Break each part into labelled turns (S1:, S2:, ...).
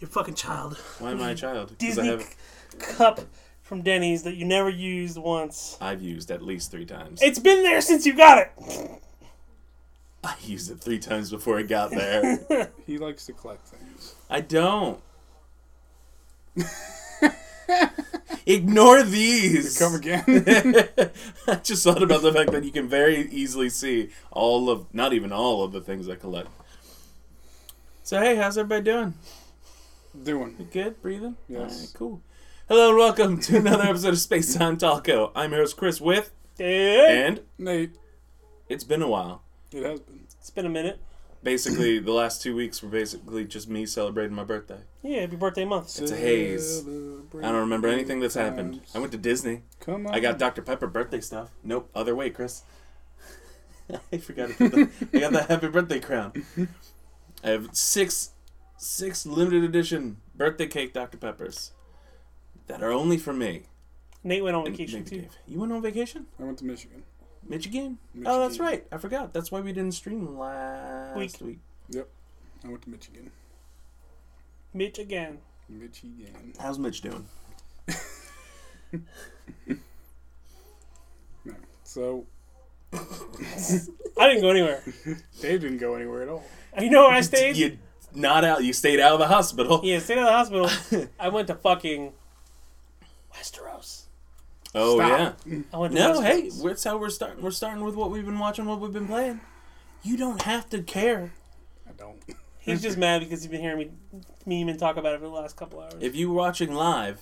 S1: Your fucking child.
S2: Why am I a child? 'Cause I
S1: Disney
S2: have,
S1: c- cup from Denny's that you never used once.
S2: I've used at least three times.
S1: It's been there since you got it.
S2: I used it three times before it got there.
S3: He likes to collect things.
S2: I don't. Ignore these.
S3: Come again.
S2: I just thought about the fact that you can very easily see all of, not even all of the things I collect. So hey, how's everybody doing?
S3: Doing.
S2: Good, breathing.
S3: Yes.
S2: Alright, cool. Hello and welcome to another episode of Space Time Talko. I'm your host Chris with,
S1: Dude,
S2: and
S3: Nate,
S2: it's been a while.
S3: it has been.
S1: it's been a minute.
S2: Basically, the last two weeks were basically just me celebrating my birthday.
S1: Yeah, happy birthday month.
S2: It's a haze. I don't remember anything that's happened. I went to Disney.
S3: Come on.
S2: I got Dr. Pepper birthday stuff. Nope, other way, Chris. I forgot to put the, I got that happy birthday crown. I have six six limited edition birthday cake Dr. Peppers that are only for me.
S1: Nate went on
S2: And
S1: vacation
S2: maybe
S1: too.
S2: Dave. You went on vacation?
S3: I went to Michigan.
S2: Michigan?
S3: Michigan.
S2: Oh, that's right. I forgot. That's why we didn't stream last
S1: Week.
S2: week.
S3: I went to Michigan.
S1: Mitch again.
S3: Michigan.
S2: How's Mitch doing?
S3: No. So
S1: I didn't go anywhere.
S3: Dave didn't go anywhere at all.
S1: You know where I stayed?
S2: You not out. You stayed out of the hospital.
S1: Yeah, stayed out of the hospital. I went to fucking Westeros.
S2: Oh
S3: Stop.
S2: yeah.
S1: I went to
S2: No,
S1: Westeros.
S2: hey, that's how we're starting. We're starting with what we've been watching, what we've been playing. You don't have to care.
S3: I don't.
S1: He's just mad because he's been hearing me meme and talk about it for the last couple hours.
S2: If you're watching live,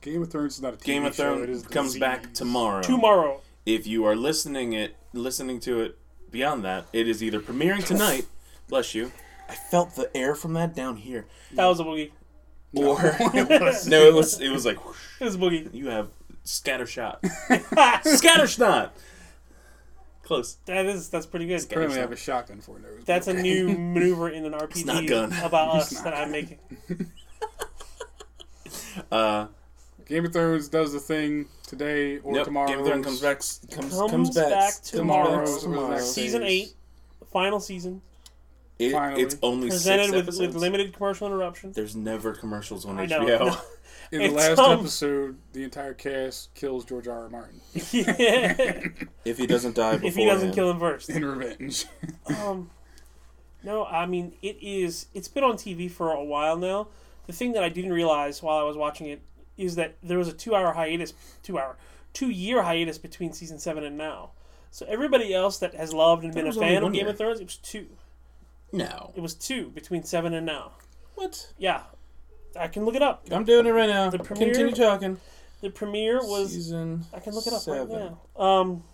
S3: Game of Thrones is not a TV
S2: Game of
S3: show, it is
S2: Thrones
S3: a
S2: comes back
S3: disease.
S2: tomorrow.
S1: Tomorrow.
S2: If you are listening it, listening to it beyond that, it is either premiering tonight. bless you. I felt the air from that down here.
S1: That was a boogie.
S2: Or
S3: It was-
S2: no, it was it was like whoosh,
S1: It was a boogie.
S2: you have scatter shot, scatter shot. Close.
S1: That is that's pretty good.
S3: Apparently, I have a shotgun for a nose.
S1: That's a new maneuver in an RPG
S2: not gun.
S1: about us
S3: not
S1: that I'm making.
S2: Uh,
S3: Game of Thrones does the thing today or
S2: nope,
S3: tomorrow.
S2: Game of Thrones comes back. Comes, comes,
S1: Comes
S2: back,
S1: back
S2: comes
S1: tomorrow.
S2: back tomorrow.
S1: Season eight, final season,
S2: It,
S3: Finally.
S2: it's only
S1: presented
S2: six
S1: with,
S2: episodes.
S1: with limited commercial interruption.
S2: There's never commercials on
S1: I know.
S2: HBO.
S3: In the
S1: It's
S3: last
S1: um,
S3: episode, the entire cast kills George R. R. Martin
S1: if
S2: If he doesn't die, beforehand.
S1: he doesn't kill him first.
S3: in revenge.
S1: Um, no, I mean it is. It's been on TV for a while now. The thing that I didn't realize while I was watching it is that there was a two-hour hiatus, two-hour, two-year hiatus between season seven and now. So everybody else that has loved and been a
S2: was only
S1: fan of
S2: one
S1: Game
S2: year.
S1: of Thrones, it was two.
S2: no.
S1: It was two between seven and now.
S2: What?
S1: Yeah, I can look it up.
S2: I'm doing it right now.
S1: The premiere
S2: Continue talking.
S1: The premiere was.
S2: season?
S1: I can look it up
S2: seven.
S1: right now. Um,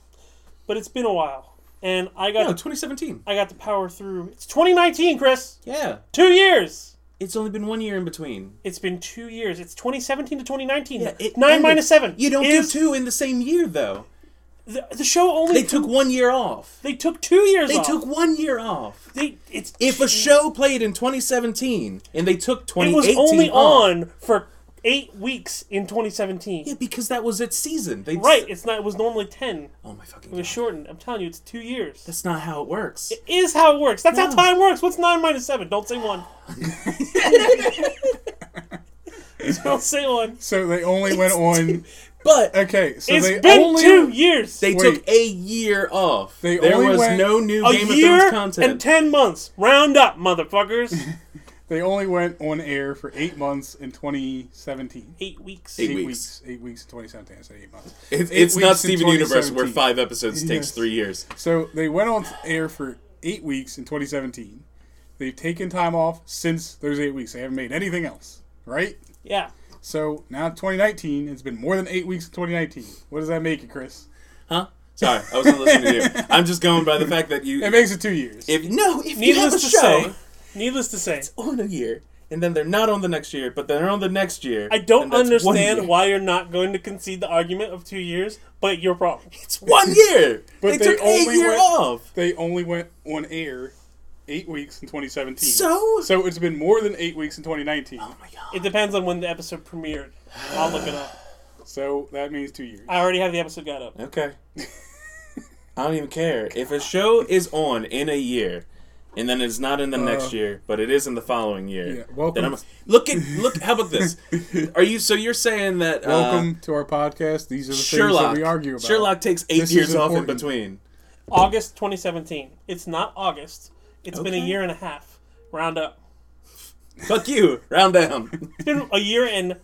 S1: but it's been a while, and I got
S2: No, 2017.
S1: I got to power through. It's 2019, Chris.
S2: Yeah,
S1: Two years.
S2: it's only been one year in between.
S1: It's been two years. It's 2017 to 2019.
S2: Yeah, it
S1: Nine
S2: ended-
S1: minus seven.
S2: You don't
S1: is
S2: do two in the same year though.
S1: The, the show only.
S2: They took one year off.
S1: They took two years.
S2: They
S1: off.
S2: took one year off.
S1: They it's.
S2: If a show played in 2017 and they took
S1: it
S2: 2018
S1: was only
S2: off,
S1: on for eight weeks in 2017.
S2: yeah, because that was its season. They
S1: Right. It's not. It was normally ten.
S2: Oh my fucking
S1: It was
S2: god.
S1: shortened. I'm telling you, it's two years.
S2: That's not how it works.
S1: is how it works. That's how
S2: No.
S1: time works. What's nine minus seven? Don't say one. Don't say one.
S3: so they only went on.
S2: But
S3: Okay, so
S1: It's
S3: they
S1: been
S3: only
S1: two years.
S2: they
S3: Wait.
S2: took a year off.
S3: They
S2: there
S3: only
S2: was
S3: went-
S2: no new
S1: a
S2: Game of
S1: year
S2: Thrones content.
S1: and ten months. Round up, motherfuckers.
S3: they only went on air for eight months in 2017.
S1: Eight weeks.
S2: Eight weeks.
S3: Eight weeks in 2017. I said eight months.
S2: It's,
S3: Eight
S2: it's not
S3: weeks in
S2: Steven Universe
S3: 2017.
S2: where five episodes takes
S3: Yes.
S2: three years.
S3: So they went on air for eight weeks in 2017. They've taken time off since those eight weeks. They haven't made anything else, right?
S1: Yeah.
S3: So now 2019, it's been more than eight weeks in 2019. What does that make it, Chris?
S2: Huh? Sorry, I wasn't listening to you. I'm just going by the fact that you.
S3: It makes it two years.
S2: if no, if you have
S1: Needless
S2: a
S1: to
S2: show
S1: say. Needless to say,
S2: on a year, and then they're not on the next year, but they're on the next year.
S1: I
S2: and
S1: don't
S2: that's one
S1: understand
S2: year.
S1: why you're not going to concede the argument of two years, but you're wrong.
S2: It's one year.
S3: But
S2: they,
S3: they
S2: took a
S3: only
S2: year
S3: went-
S2: off.
S3: They only went on air eight weeks in 2017.
S2: So.
S3: So it's been more than eight weeks in 2019.
S2: Oh my god.
S1: It depends on when the episode premiered. I'll look it up.
S3: So that means two years.
S1: I already have the episode got up.
S2: Okay. I don't even care if a show is on in a year. and then it's not in the next year, but it is in the following year.
S3: Uh, Yeah, welcome-
S2: Then I'm, look at look. How about this? Are you so you're saying that uh,
S3: Welcome to our podcast. These are the
S2: Sherlock?
S3: things that we argue about.
S2: Sherlock takes eight
S3: This is
S2: years off in
S3: important.
S2: between.
S1: August 2017. It's not August. It's been a
S2: Okay.
S1: year and a half. Round up.
S2: Fuck you. Round down.
S1: It's been a year and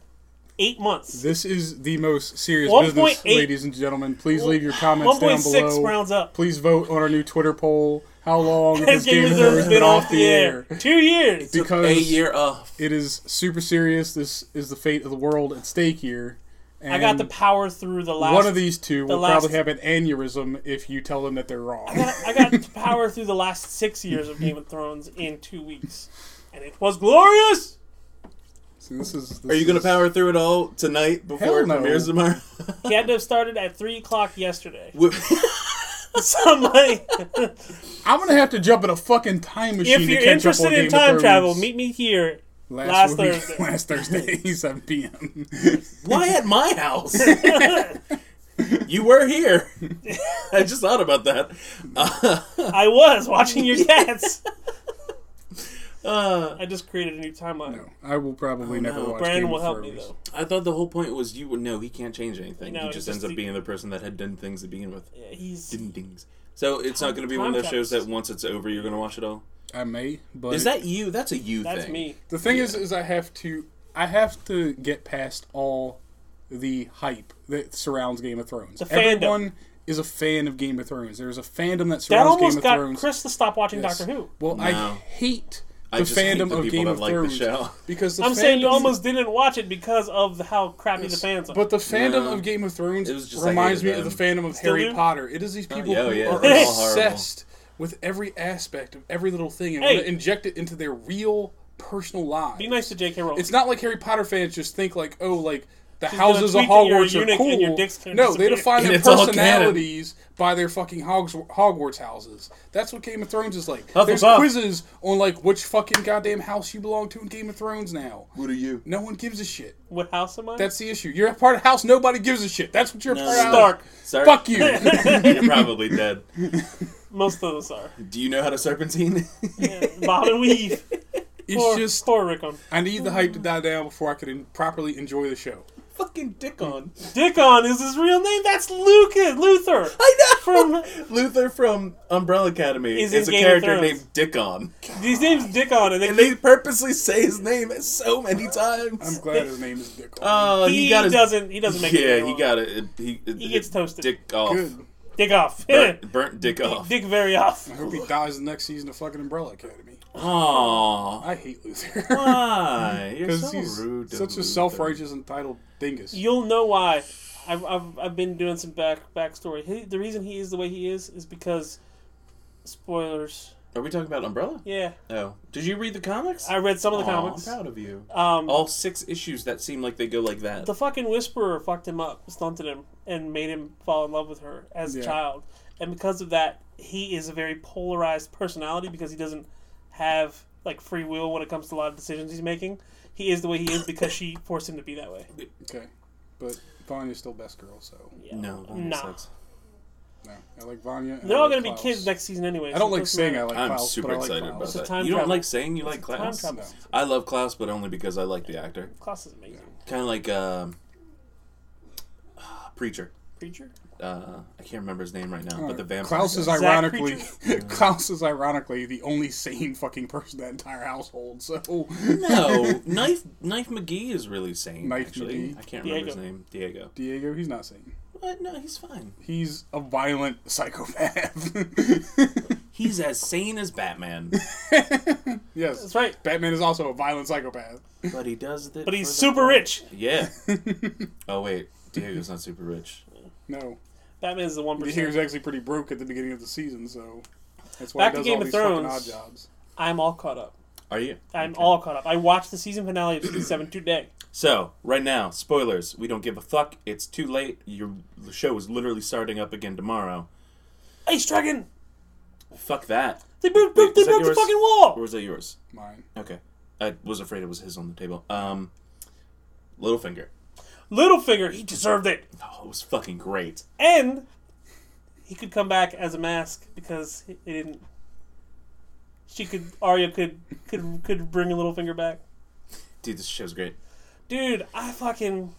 S1: eight months.
S3: This is the most serious
S1: 1.8
S3: business, ladies and gentlemen. Please leave your comments down
S1: 1.6
S3: below.
S1: rounds up.
S3: Please vote on our new Twitter poll. How long has
S1: This game reserve's been off the air. Two years.
S3: Because
S2: a year uh, off.
S3: it is super serious. This is the fate of the world at stake here. And
S1: I got the power through the last.
S3: one of these two will
S1: last-
S3: probably have an aneurysm if you tell them that they're wrong.
S1: I got the power through the last six years of Game of Thrones in two weeks, and it was glorious.
S3: So this is. This
S2: Are you gonna
S3: is-
S2: power through it all tonight before
S3: Hell
S2: it
S3: no.
S2: premieres tomorrow?
S1: He had to have started at three o'clock yesterday. So I'm like,
S3: I'm gonna have to jump in a fucking time machine
S1: if
S3: to
S1: you're
S3: catch up
S1: interested
S3: on
S1: in
S3: Game of
S1: time travel,
S3: Thrones.
S1: meet me here. last
S3: last, week-
S1: Thursday.
S3: last Thursday, 7 p.m.
S2: Why at my house? you were here. I just thought about that.
S1: I was watching your cats.
S2: Uh,
S1: I just created a new timeline.
S3: No, I will probably never
S2: no.
S3: watch
S1: Oh, Brandon
S3: Game
S1: will
S3: of
S1: help me
S3: Thrones.
S1: though.
S2: I thought the whole point was you would know he can't change anything.
S1: No,
S2: he
S1: it's
S2: just
S1: just
S2: ends up
S1: the-
S2: being the person that had done things to begin with.
S1: Yeah, he's
S2: Ding dings. So it's not going to be one of those shows that once it's over you're going to watch it all.
S3: I may, but
S2: Is that you? That's a you thing.
S1: that's me.
S3: the thing is, is I have to, I have to get past all the hype that surrounds Game of Thrones.
S1: The fandom.
S3: Everyone is a fan of Game of Thrones. There's a fandom that surrounds
S1: That
S3: Game
S1: almost
S3: of
S1: got
S3: Thrones.
S1: Chris to stop watching
S3: Yes.
S1: Doctor Who.
S3: Well, I
S2: No.
S3: hate the
S2: I just hate
S3: fandom
S2: the
S3: of
S2: people
S3: Game
S2: that
S3: of
S2: like the
S3: Thrones
S2: show.
S3: because the
S1: I'm saying you
S3: fandom-
S1: almost didn't watch it because of how crappy the fans are.
S3: But the fandom
S2: No.
S3: of Game of Thrones
S2: It was just I
S3: reminds me
S2: hated
S3: of the
S2: them. Oh,
S3: fandom of Harry
S1: do?
S3: Potter. It is these people
S2: yeah,
S3: who
S2: yeah,
S3: are
S2: they're all horrible.
S3: obsessed with every aspect of every little thing and
S1: Hey.
S3: want to inject it into their real personal lives.
S1: Be nice to J.K. Rowling.
S3: It's not like Harry Potter fans just think like, oh, like the
S1: gonna
S3: houses of
S1: tweet that you're a
S3: Hogwarts are
S1: eunuch
S3: cool.
S1: and your dick's gonna
S3: no, they
S1: disappear.
S3: define
S2: And
S3: their
S2: it's all canon.
S3: personalities by their fucking Hogs- Hogwarts houses. That's what Game of Thrones is like. There's
S2: Hufflepuff.
S3: quizzes on like which fucking goddamn house you belong to in Game of Thrones now.
S2: What are you?
S3: No one gives a shit.
S1: what house am I?
S3: That's the issue. You're a part of house nobody gives a shit. That's what you're a part of.
S1: Stark.
S2: Sorry.
S3: Fuck you.
S2: You're probably dead.
S1: Most of us are.
S2: Do you know how to serpentine?
S1: Yeah. Bob and Weave.
S3: it's
S1: Poor,
S3: just
S1: poor Rickon.
S3: I need the hype to die down before I can en- properly enjoy the show.
S2: Fucking dick on.
S1: Dickon is his real name. That's Lucas Luther.
S2: I know.
S1: From
S2: Luther from Umbrella Academy
S1: Is
S2: is,
S1: in
S2: a
S1: Game of
S2: character
S1: Thrones.
S2: named Dickon.
S1: these names Dickon, and they,
S2: And they purposely say his name so many
S3: I'm
S2: times.
S3: glad his name is Dick.
S2: Oh,
S1: he,
S2: he, got his.
S1: doesn't. He doesn't make. it
S2: yeah,
S1: very
S2: he
S1: long.
S2: got it. it he, it-
S1: He gets
S2: it-
S1: toasted.
S2: Dick off.
S3: Good.
S1: Dick off.
S2: Burnt, burnt dick off.
S1: Dick very off.
S3: I hope he dies the next season of fucking Umbrella Academy.
S2: Aww.
S3: I hate Luther.
S2: Why? You're
S3: Because
S2: so
S3: he's
S2: rude to
S3: such
S2: Luther.
S3: a self-righteous, entitled dingus.
S1: You'll know why. I've, I've, I've been doing some back backstory. He, the reason he is the way he is is because spoilers.
S2: Are we talking about Umbrella?
S1: Yeah,
S2: No. Did you read the comics?
S1: I read some of the
S2: Aw,
S1: comics.
S2: I'm proud of you.
S1: Um,
S2: All six issues that seem like they go like that.
S1: the fucking whisperer fucked him up, stunted him, and made him fall in love with her as a
S3: Yeah.
S1: child. And because of that, he is a very polarized personality because he doesn't have like free will when it comes to a lot of decisions he's making. He is the way he is because she forced him to be that way.
S3: Okay, but Vanya's still best girl, so
S1: Yeah.
S2: no, that
S1: Nah.
S2: makes sense.
S3: no. I like Vanya. and
S1: They're
S3: I
S1: all
S3: like
S1: gonna be
S3: Klaus.
S1: kids next season anyway.
S3: I
S1: so
S3: don't
S1: it
S3: like
S1: doesn't
S3: saying I
S1: matter.
S3: like
S2: I'm
S3: Klaus,
S2: super
S3: but I like
S2: excited
S3: Klaus.
S1: It's
S2: about
S1: a time
S2: that. You don't
S1: travel.
S2: like saying you like
S1: It's a time
S2: Klaus?
S1: travel.
S2: I love Klaus, but only because I like the actor.
S1: Klaus is amazing.
S2: Kind of like um, Preacher.
S1: Preacher.
S2: Uh, I can't remember his name right now, but the vampire.
S3: Klaus is
S2: guy.
S1: Zach
S3: ironically Klaus is ironically the only sane fucking person in that entire household. So
S2: no, Knife Knife McGee is really sane.
S3: Knife
S2: actually,
S3: McGee.
S2: I can't
S1: Diego.
S2: remember his name. Diego.
S3: Diego, he's not sane.
S2: What? No, he's fine.
S3: He's a violent psychopath.
S2: He's as sane as Batman,
S3: yes,
S1: That's right.
S3: Batman is also a violent psychopath.
S2: but he does that.
S1: But he's super rich.
S2: Yeah. oh wait, Diego's not super rich.
S3: No,
S1: Batman's the one
S3: he was
S1: percent.
S3: actually pretty broke at the beginning of the season, so that's why
S1: Back to
S3: he does
S1: Game
S3: all
S1: of
S3: these fucking odd
S1: Thrones.
S3: jobs.
S1: I'm all caught up.
S2: Are you?
S1: I'm all caught up. I watched the season finale of season seven today.
S2: So right now, spoilers. We don't give a fuck. It's too late. Your the show is literally starting up again tomorrow.
S1: Ace Dragon.
S2: Fuck that.
S1: They broke, broke, they
S2: is that
S1: broke the
S2: yours?
S1: fucking
S2: Or
S1: wall.
S2: was that yours?
S3: Mine.
S2: Okay, I was afraid it was his on the table. Um, Littlefinger.
S1: Littlefinger, he deserved it.
S2: Oh, it was fucking great.
S1: And he could come back as a mask because he- they didn't she could Arya could could could bring Littlefinger back.
S2: Dude, this show's great.
S1: Dude, I fucking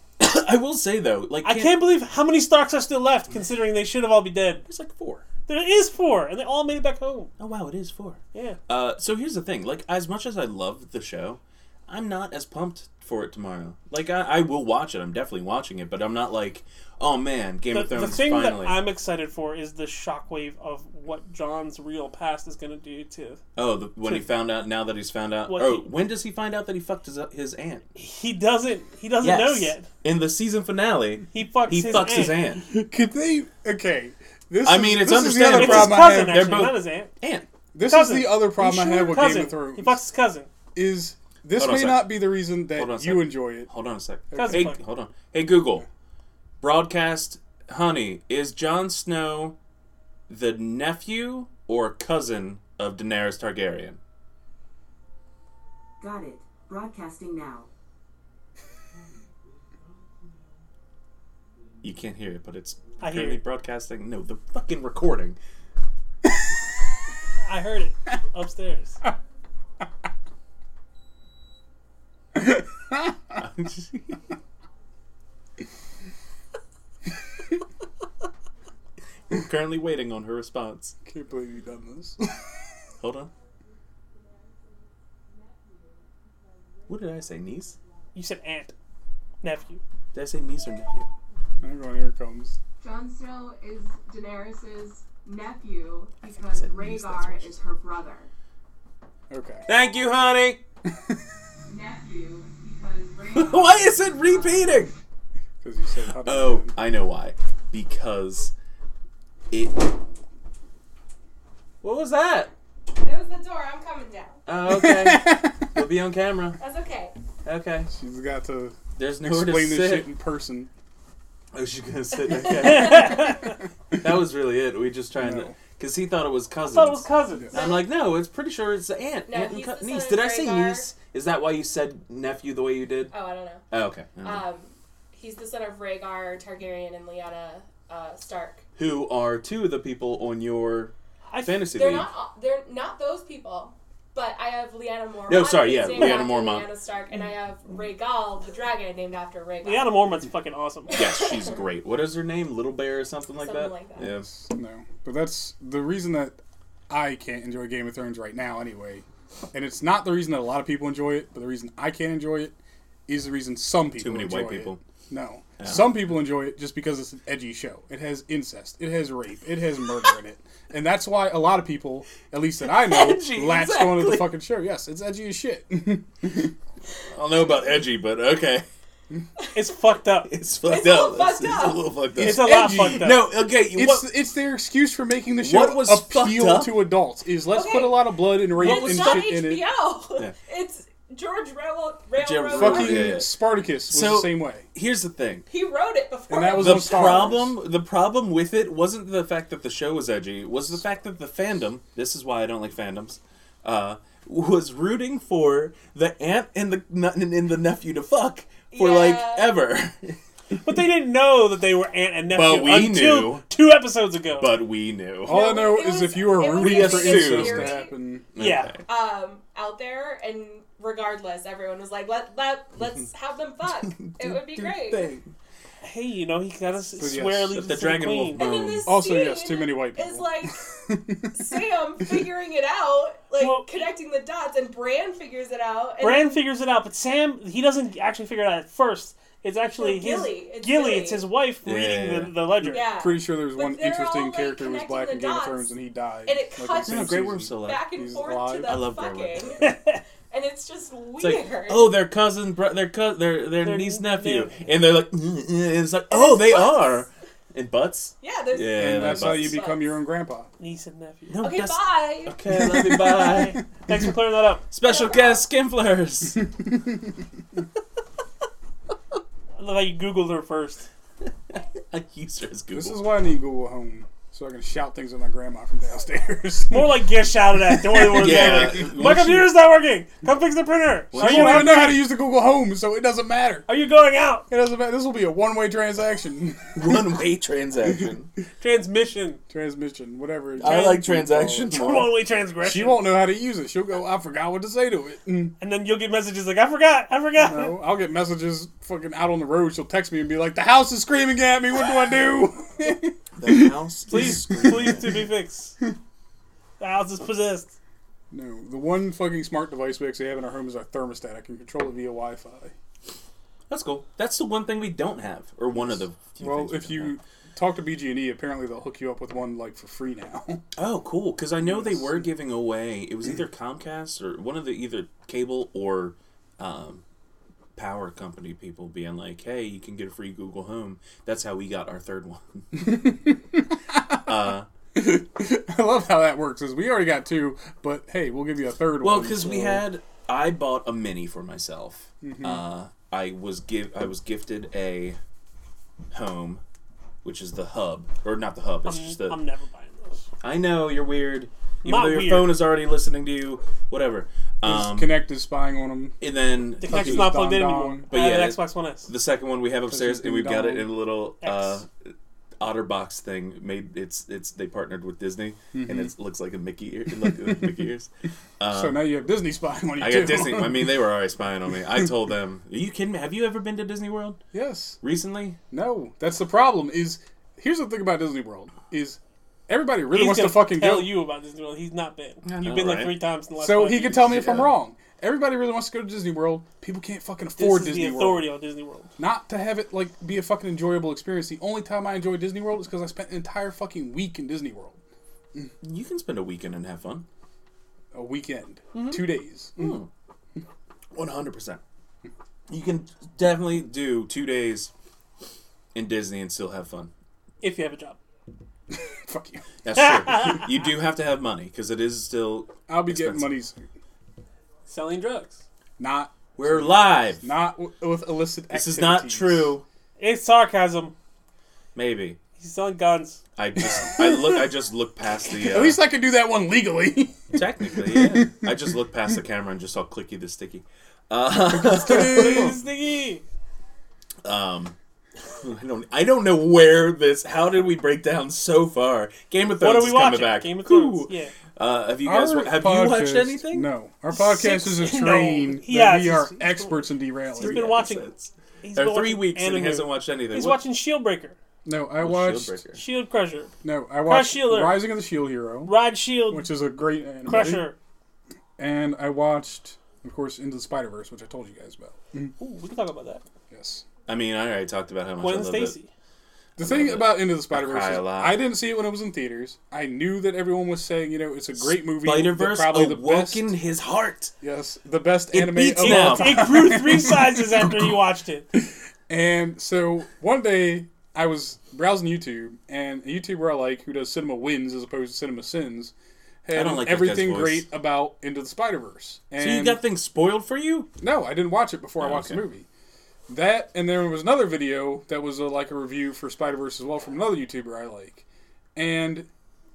S2: I will say though, like
S1: I can't believe how many Starks are still left, considering they should have all be dead.
S2: There's like four.
S1: There is four, and they all made it back home.
S2: Oh wow, it is four.
S1: Yeah,
S2: Uh, so here's the thing. Like, as much as I love the show, I'm not as pumped for it tomorrow. Like, I, I will watch it. I'm definitely watching it, but I'm not like, oh man, Game
S1: the,
S2: of
S1: the
S2: Thrones
S1: thing
S2: finally.
S1: that I'm excited for is the shockwave of what John's real past is going to do to.
S2: oh, the, when he found out. Now that he's found out.
S1: What
S2: oh,
S1: he-
S2: when does he find out that he fucked his uh, his aunt?
S1: He doesn't. He doesn't know yet.
S2: In the season finale,
S1: He fucks.
S2: he
S1: his
S2: fucks
S1: aunt.
S2: his aunt.
S3: Could they? Okay. This
S2: I
S3: is-
S2: mean, it's
S3: this is the
S2: understandable.
S3: other
S1: It's his
S3: problem I
S1: cousin,
S3: have.
S2: They're
S1: actually,
S2: both-
S1: not his aunt.
S2: Aunt.
S3: This
S1: cousin.
S3: is the other problem I have with
S1: cousin.
S3: Game of Thrones.
S1: He fucks his cousin.
S3: is this
S2: Hold on a
S3: may
S2: sec.
S3: not be the reason that
S2: Hold on a
S3: you
S2: sec.
S3: enjoy it.
S2: Hold on a sec.
S1: Cousin
S2: Hey,
S1: fuck.
S2: hold on. Hey Google, broadcast, honey, is Jon Snow the nephew or cousin of Daenerys Targaryen?
S4: Got it. Broadcasting now.
S2: You can't hear it, but it's
S1: I hear
S2: currently
S1: it.
S2: broadcasting. No, the fucking recording.
S1: I heard it upstairs.
S2: We're currently waiting on her response.
S3: Can't believe you done this.
S2: Hold on. What did I say, niece?
S1: You said aunt, nephew.
S2: Did I say niece or nephew?
S3: Everyone, here it comes.
S4: Jon Snow is Daenerys's nephew
S2: I
S4: because
S2: said niece, that's what
S4: Rhaegar
S2: she
S4: is her brother.
S3: Okay.
S2: Thank you, honey.
S4: Nephew because Rhaegar.
S2: Why is it repeating?
S3: Because you said. how
S2: Oh, I know why. Because it. What was that?
S5: There was the door. I'm coming down.
S2: Oh, okay. we'll be on camera.
S5: That's okay.
S2: Okay.
S3: She's got to
S2: There's nowhere
S3: explain
S2: to
S3: this
S2: sit.
S3: shit in person.
S2: Oh, she's gonna sit. Okay. that was really it. We just trying to,
S3: No.
S2: because he thought it was cousins.
S1: Thought it was cousins.
S2: I'm like, no, it's pretty sure it's the aunt,
S5: No,
S2: aunt and
S5: he's
S2: co-
S5: the son
S2: niece.
S5: of
S2: Did I say
S5: Rhaegar.
S2: niece? Is that why you said nephew the way you did?
S5: Oh, I don't know.
S2: Oh, okay. Never mind.
S5: Um, he's the son of Rhaegar Targaryen and Lyanna uh, Stark.
S2: Who are two of the people on your
S1: I
S2: fantasy
S5: They're
S2: league?
S5: not. all- They're not those people. But I have Lyanna Mormont.
S2: No, sorry, yeah,
S5: named
S2: Lyanna
S5: after
S2: Mormont.
S5: Lyanna Stark, and I have Rhaegal the dragon named after Rhaegar.
S1: Leanna Mormont's fucking awesome.
S2: yes, she's great. What is her name? Little Bear or something like
S5: Something
S2: that?
S5: like that.
S2: Yeah.
S3: No, but that's the reason that I can't enjoy Game of Thrones right now, anyway. And it's not the reason that a lot of people enjoy it, but the reason I can't enjoy it is the reason some people.
S2: many
S3: enjoy
S2: white
S3: it.
S2: people.
S3: No, some people enjoy it just because it's an edgy show. It has incest, it has rape, it has murder in it, and that's why a lot of people, at least that I know,
S2: Edgy,
S3: latched onto the
S2: exactly.
S3: fucking show. Yes, it's edgy as shit.
S2: I don't know about edgy, but okay.
S1: It's fucked up.
S2: It's fucked
S5: a little
S2: up.
S5: fucked
S2: it's, it's
S5: up.
S2: a little fucked up.
S1: It's a lot
S3: edgy.
S1: fucked up.
S2: no, okay. you-
S3: It's
S2: what,
S3: it's their excuse for making the show
S2: What was fucked
S3: appeal
S2: up-
S3: to adults. Is let's
S5: Okay.
S3: put a lot of blood and rape
S5: And
S3: and
S5: it's
S3: shit
S5: not
S3: in it.
S5: HBO.
S2: Yeah.
S5: It's George Rail- Railroad.
S2: Jim-
S5: Martin.
S3: Fucking
S2: Yeah, yeah.
S3: Spartacus was
S2: So-
S3: the same way.
S2: here's the thing.
S5: He wrote it before.
S3: And that
S5: it
S3: was
S2: the
S3: on Star
S2: problem the problem with it wasn't the fact that the show was edgy it was the fact that the fandom this is why i don't like fandoms uh, was rooting for the aunt and the n- and the nephew to fuck for
S5: Yeah.
S2: like ever
S1: But they didn't know that they were aunt and nephew
S2: But we
S1: until
S2: knew.
S1: two episodes ago.
S2: but we knew
S1: Oh,
S3: All I know
S5: it
S3: is
S5: was-
S3: if you were
S5: it was
S3: rooting for
S2: interesting
S3: incest
S2: theory.
S3: to happen,
S1: yeah,
S2: Okay.
S5: um, out there, and regardless, everyone was like, "Let let let's have them fuck. It would be
S2: Do
S5: great."
S2: thing.
S1: hey, you know he gotta s-
S3: yes,
S1: swear
S3: but
S1: allegiance
S2: the
S1: to
S2: Dragon
S1: the
S2: Wolf
S1: queen.
S2: bone.
S5: And then this
S3: Also,
S5: scene
S3: yes, too many white
S5: Is
S3: people.
S5: like Sam figuring it out, like
S1: Well-
S5: connecting the dots, and Bran figures it out. And
S1: Bran
S5: then
S1: figures it out, but Sam he doesn't actually figure it out at first. It's actually
S5: No,
S1: his
S5: Gilly. It's Gilly.
S1: It's his wife
S2: Yeah.
S1: reading the, the ledger.
S5: yeah,
S3: pretty sure there was
S5: But
S3: one
S5: they're all,
S3: interesting
S5: like,
S3: character who was
S5: connecting
S3: black in
S5: the
S3: Game of
S5: dots,
S3: Thrones and he died.
S5: and it
S3: like, in the
S5: cuts
S3: same
S5: Yeah,
S2: Grey
S3: season.
S2: Worm's still alive.
S5: back and
S3: He's
S5: forth
S3: alive.
S5: to the
S2: I love Bran.
S5: fucking, and it's just
S2: It's
S5: weird.
S2: like, oh, their cousin, bro- their cousin, their their
S1: Their
S2: niece, nephew,
S1: nephew.
S2: and they're like, "Mm, mm," and it's like, oh, they are, and butts.
S5: yeah, there's
S2: Yeah,
S3: And that's how you
S5: Sucks.
S3: become your own grandpa.
S1: Niece and nephew.
S2: No,
S5: okay,
S2: that's-
S5: bye.
S2: Okay, love you, bye.
S1: Thanks for clearing that up.
S2: Special guest, Skimflers.
S1: I love how you googled her first.
S2: I used her as Google.
S3: This is why I need Google Home. so I can shout things at my grandma from downstairs.
S1: More like get shouted at. Don't worry, we're
S2: Yeah.
S1: there. My computer's not working. Come fix the printer.
S2: Well,
S1: Are
S3: I
S1: you,
S3: don't even
S1: out-
S3: know how to use the Google Home, so it doesn't matter.
S1: are you going out?
S3: It doesn't matter. This will be a one-way transaction,
S2: One way transaction.
S1: Transmission.
S3: transmission, whatever.
S2: I like transaction
S1: One
S2: more.
S1: way transgression.
S3: Oh, She won't know how to use it. She'll go. I forgot what to say to it. Mm.
S1: And then you'll get messages like, I forgot. I forgot.
S3: No, I'll get messages fucking out on the road. She'll text me and be like, "The house is screaming at me. What do I do?"
S2: The house.
S1: Please,
S2: is screaming.
S1: please to be fixed. The house is possessed.
S3: no, the one fucking smart device we actually have in our home is our thermostat. I can control it via Wi-Fi.
S2: That's cool. That's the one thing we don't have, or one of the. few
S3: well,
S2: things we
S3: if
S2: don't
S3: you
S2: have.
S3: talk to BG&E, E, apparently they'll hook you up with one like for free now.
S2: Oh, cool. Because I know they were giving away. It was either Comcast or one of the either cable or um, power company people being like, "Hey, you can get a free Google Home." That's how we got our third one. uh,
S3: I love how that works. Is we already got two, but hey, we'll give you a third
S2: well,
S3: one.
S2: because we
S3: so-
S2: had. I bought a mini for myself. Uh, I was give. I was gifted a home, which is the hub, or not the hub. It's just the.
S1: I'm never buying those.
S2: I know you're weird. Even
S1: Not
S2: though your
S1: weird.
S2: phone is already listening to you. Whatever. Um,
S3: Connect is spying on them.
S2: and then
S1: The
S3: Fucking
S1: connection's not plugged in
S3: dong
S1: anymore.
S3: dong.
S1: But
S2: But
S1: yeah,
S2: yeah,
S1: an Xbox One S.
S2: the second one we have upstairs,
S3: Cookie
S2: and we've got it
S3: Dong.
S2: in a little
S1: X.
S2: uh, OtterBox thing. Made it's it's they partnered with Disney, and it looks like a Mickey ear, like a Mickey ears. Uh,
S3: so now you have Disney spying on you.
S2: I
S3: too.
S2: got Disney. I mean, they were already spying on me. I told them, "Are you kidding me? Have you ever been to Disney World
S3: yes.
S2: recently?"
S3: No, that's the problem. Is here's the thing about Disney World is everybody really
S1: He's
S3: wants to
S1: gonna
S3: fucking
S1: tell
S3: go.
S1: you about Disney World. He's not been.
S2: I
S1: You've
S2: know,
S1: been like
S2: right?
S1: three times in the last.
S3: so
S1: five
S3: he can
S1: years.
S3: tell me if I'm
S2: Yeah.
S3: wrong. Everybody really wants to go to Disney World. People can't fucking
S1: This
S3: afford
S1: is
S3: Disney
S1: the
S3: World.
S1: authority on Disney World.
S3: Not to have it like be a fucking enjoyable experience. The only time I enjoy Disney World is because I spent an entire fucking week in Disney World.
S2: You can spend a weekend and have fun.
S3: A weekend,
S1: Mm-hmm.
S3: two days.
S1: Mm.
S2: One hundred percent. You can definitely do two days in Disney and still have fun.
S1: If you have a job,
S3: Fuck you.
S2: That's true. you do have to have money because it is still.
S3: I'll be
S2: Expensive.
S3: getting money soon.
S1: selling drugs.
S3: Not
S2: We're live.
S3: not w- with illicit.
S2: this is not
S3: activities.
S2: true.
S1: It's sarcasm.
S2: Maybe.
S1: He's selling guns.
S2: I just I look I just look past the uh,
S3: At least I can do that one legally.
S2: technically yeah. I just looked past the camera and just saw Clicky the Sticky. Uh,
S1: It's sticky.
S2: um, I don't I don't know where this. How did we break down so far? Game of Thrones
S1: What are we
S2: is coming
S1: watching?
S2: back.
S1: Game of Thrones.
S2: Whew.
S1: Yeah.
S2: Uh, have you guys
S3: Our
S2: have you
S3: podcast-
S2: watched anything?
S3: No, our podcast is a
S1: Six-
S3: train
S1: No.
S3: that
S1: Yeah,
S3: we
S1: he's-
S3: are
S1: he's-
S3: experts in derailing.
S1: He's been watching.
S2: Episodes.
S1: He's
S2: Or
S1: been
S2: three
S1: watching
S2: weeks and he
S1: anime.
S2: hasn't watched anything.
S1: He's
S2: What-
S1: watching Shieldbreaker,
S3: no, I
S2: What's
S3: watched.
S2: Shieldbreaker?
S1: Shield Crusher,
S3: No, I watched
S1: Shieldbreaker.
S3: Rising of the Shield Hero,
S1: Rod Shield
S3: which is a great anime.
S1: Crusher.
S3: and I watched, of course, Into the Spider Verse, which I told you guys about.
S1: Ooh, we can talk about that.
S3: Yes.
S2: I mean, I already talked about how much I
S1: Gwen and
S2: love it.
S1: Stacy.
S3: The thing
S2: it.
S3: about Into the Spider Verse,
S2: cry
S3: is
S2: a lot.
S3: I didn't see it when it was in theaters. I knew that everyone was saying, you know, it's a great movie,
S2: Spider
S3: but
S2: Verse
S3: probably the
S2: awoke
S3: best.
S2: in his heart.
S3: Yes, the best
S2: It
S3: anime
S2: beats
S3: of
S2: now.
S3: all time.
S1: It grew three sizes after you watched it.
S3: And so one day I was browsing YouTube, and a YouTuber I like who does Cinema Wins as opposed to Cinema Sins had
S2: don't like that guy's
S3: everything
S2: voice.
S3: great about Into the Spider Verse.
S2: So you got things spoiled for you?
S3: No, I didn't watch it before I watched
S2: okay.
S3: the movie. That and there was another video that was a, like a review for Spider Verse as well from another YouTuber I like, and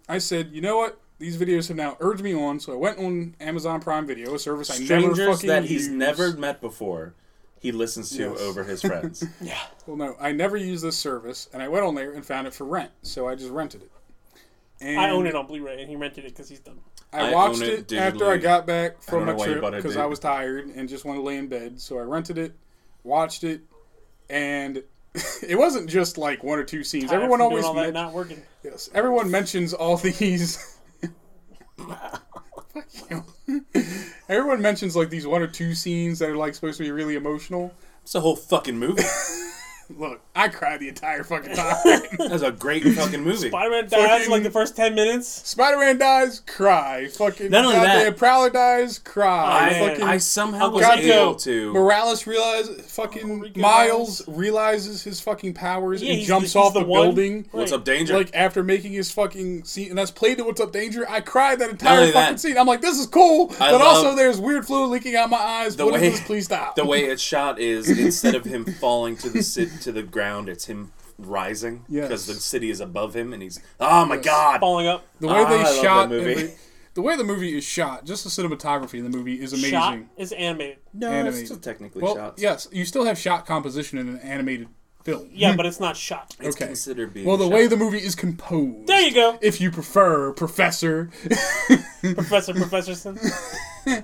S3: I said, you know what? These videos have now urged me on, so I went on Amazon Prime Video, a service I never
S2: strangers
S3: fucking
S2: that he's
S3: use.
S2: never met before he listens to
S3: Yes.
S2: over his friends
S3: Well, no, I never used this service, and I went on there and found it for rent, so I just rented it. And
S1: I own it on Blu-ray, and he rented it because he's dumb.
S3: I
S2: I
S3: watched
S2: own
S3: it,
S2: it
S3: after I
S2: digitally.
S3: got back
S2: don't
S3: from my
S2: know why you
S3: trip
S2: bought it
S3: because I
S2: dig-
S3: was tired and just wanted to lay in bed. So I rented it, watched it, and it wasn't just like one or two scenes.
S1: Tired
S3: everyone
S1: from doing
S3: always
S1: all that
S3: men-
S1: not working.
S3: yes, everyone mentions all these. Fuck you. everyone mentions like these one or two scenes that are like supposed to be really emotional.
S2: it's a whole fucking movie
S3: Look, I cried the entire fucking time.
S2: that's a great fucking movie
S1: Spider-Man dies in like
S3: Fucking-
S1: the first ten minutes.
S3: Spider-Man dies, cry. Fucking
S2: Not only
S3: goddamn
S2: that-
S3: Prowler dies, cry.
S1: Oh, man.
S3: fucking
S2: i somehow was
S3: Goddamn
S2: able to
S3: Morales realizes fucking
S1: Rico
S3: Miles realizes his fucking powers
S1: Yeah,
S3: and
S1: he's
S3: jumps
S1: the- he's
S3: off
S1: the
S3: the,
S1: one.
S3: building.
S2: what's up danger
S3: Like after making his fucking scene, and that's played to "What's Up, Danger." I cried that entire
S2: only
S3: fucking
S2: that-
S3: scene. I'm like, "This is cool,"
S2: I
S3: but
S2: love-
S3: also there's weird fluid leaking out my eyes.
S2: The
S3: What is
S2: way-
S3: this? Please stop.
S2: the way it's shot is instead of him falling to the sit to the ground it's him rising
S3: Yes.
S2: because the city is above him, and he's oh my god.
S1: Falling up.
S3: The way
S2: Ah, I love
S3: they
S2: that
S3: shot
S2: movie.
S3: every- the way the movie is shot, just the cinematography in the movie is amazing.
S1: Shot is animated.
S2: No,
S3: Animated.
S2: it's still technically
S3: well,
S2: shots.
S3: yes, you still have shot composition in an animated film.
S1: Yeah, but it's not shot.
S2: it's
S3: okay.
S2: considered being.
S3: Well, the
S2: shot.
S3: way the movie is composed.
S1: There you go,
S3: If you prefer, Professor
S1: Professor Professorson.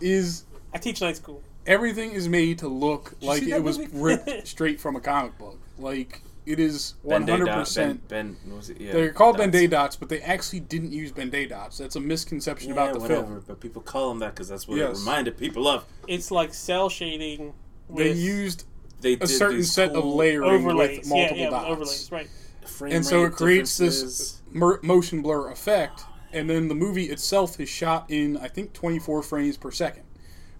S3: is
S1: I teach night school.
S3: everything is made to look like
S2: see that
S3: it was
S2: movie?
S3: ripped straight from a comic book. Like it is one
S2: Ben Day
S3: hundred
S2: Dot-
S3: percent.
S2: Ben, ben was it? Yeah,
S3: They're called
S2: Dots.
S3: Bend-Aid dots, but they actually didn't use Bend-Aid dots. That's a misconception
S2: Yeah,
S3: about the
S2: whatever,
S3: film.
S2: but people call them that because that's what it
S3: Yes.
S2: reminded people of.
S1: It's like cell shading.
S3: They
S1: With
S3: used
S2: They
S3: a
S2: did
S3: certain
S2: these
S3: set of
S2: cool
S3: layering
S1: overlays.
S3: with multiple
S1: yeah, yeah,
S3: dots.
S1: overlays. Right.
S2: frame
S3: and so
S2: rate
S3: it creates
S2: differences.
S3: this mer- motion blur effect and then the movie itself is shot in i think 24 frames per second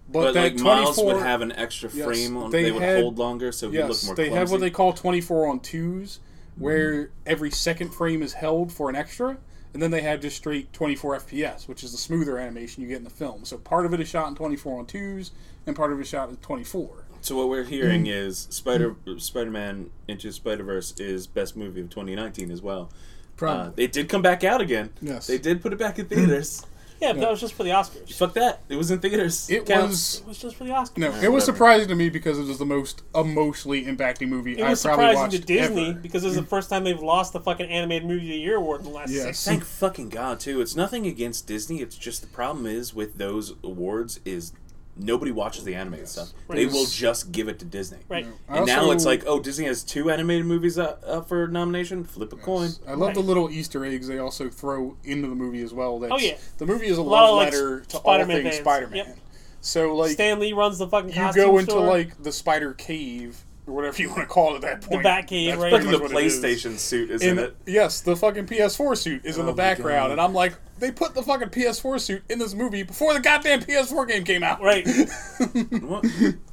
S3: but,
S2: But
S3: that
S2: like
S3: 24
S2: Miles would have an extra
S3: Yes,
S2: frame on.
S3: they
S2: They, would
S3: had-
S2: hold longer, so he
S3: yes
S2: looked more.
S3: they
S2: clumsy.
S3: have what they call 24 on twos where every second frame is held for an extra and then they had just straight 24 fps which is the smoother animation you get in the film so part of it is shot in 24 on twos and part of it is shot in 24
S2: So what we're hearing
S3: Mm.
S2: is Spider Spider Man Into Spider Verse is best movie of 2019 as well. Uh,
S3: probably
S2: they did come back out again.
S3: Yes. Mm.
S2: they did put it back in theaters.
S1: Yeah, but that was just for the Oscars.
S2: Fuck that! It was in theaters.
S3: it
S2: Counts.
S3: was
S1: It was just for the Oscars.
S3: no, it was
S2: whatever.
S3: surprising to me because it was the most emotionally impacting movie
S1: It was
S3: I probably
S1: surprising
S3: watched
S1: to Disney
S3: ever.
S1: because this is the first time they've lost the fucking animated movie of the year award in the last
S3: Yes.
S1: six.
S2: Thank fucking God too. It's nothing against Disney. It's just the problem is with those awards is nobody watches the animated stuff. They
S1: Right.
S2: will just give it to Disney.
S1: Right.
S3: I
S2: And now
S3: also-
S2: it's like, oh, Disney has two animated movies up, up for nomination. Flip a coin.
S3: I love the little Easter eggs they also throw into the movie as well. That's,
S1: Oh, yeah.
S3: the movie is a,
S1: lot
S3: love
S1: of, like,
S3: letter to
S1: Spider-Man
S3: all things
S1: fans.
S3: Spider-Man.
S1: Yep.
S3: So like
S1: Stan Lee runs the fucking
S3: you
S1: costume
S3: go into
S1: store.
S3: like the Spider Cave or whatever you want to call it at that point.
S1: Batcave,
S3: That's
S1: right.
S3: pretty
S2: Fucking
S3: much
S2: the
S3: what it is.
S2: PlayStation suit is in,
S3: And,
S2: it.
S3: yes, the fucking PS4 suit is in the
S2: my
S3: background,
S2: God.
S3: and I'm like, they put the fucking PS4 suit in this movie before the goddamn PS4 game came out.
S1: Right.
S2: What?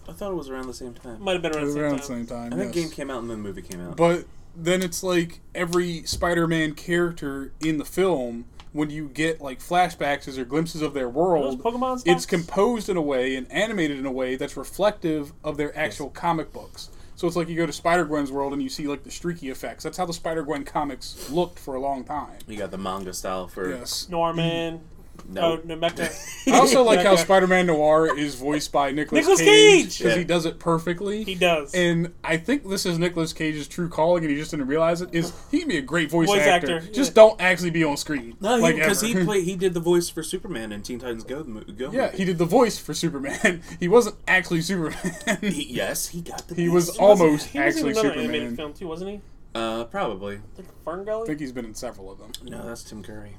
S2: I thought it was around the same time.
S1: Might have been around the same
S3: around
S1: time.
S3: the same time.
S2: I think
S3: yes.
S2: game came out and then the movie came out.
S3: But then it's like every Spider-Man character in the film, when you get like flashbacks or glimpses of their
S1: Those
S3: world,
S1: Pokemon
S3: it's
S1: spots?
S3: composed in a way and animated in a way that's reflective of their actual comic books. So it's like you go to Spider Gwen's world and you see like the streaky effects. That's how the Spider Gwen comics looked for a long time.
S2: you got the manga style for
S3: Yes.
S1: Norman.
S2: no.
S1: Oh, Nemeka.
S3: I also like how
S1: Okay.
S3: Spider Man Noir is voiced by Nicolas
S1: Nicolas
S3: Cage
S1: Cage!
S3: because
S2: Yeah.
S3: he does it perfectly.
S1: He does.
S3: And I think this is Nicolas Cage's true calling, and he just didn't realize it. Is he can be a great voice,
S1: Voice
S3: actor?
S1: actor,
S3: Just
S1: yeah.
S3: don't actually be on screen.
S2: No,
S3: like
S2: because he,
S3: ever.
S2: played. He did the voice for Superman in Teen Titans Go. The mo- go
S3: yeah, he
S2: movie.
S3: did the voice for Superman. he wasn't actually Superman. he,
S2: He- yes, he got the.
S3: was
S2: best.
S3: almost
S1: he was in
S3: actually
S1: another
S3: Superman.
S1: animated film too, wasn't he?
S2: Uh, probably.
S1: Like Ferngully.
S3: I think he's been in several of them.
S2: No, that's Tim Curry.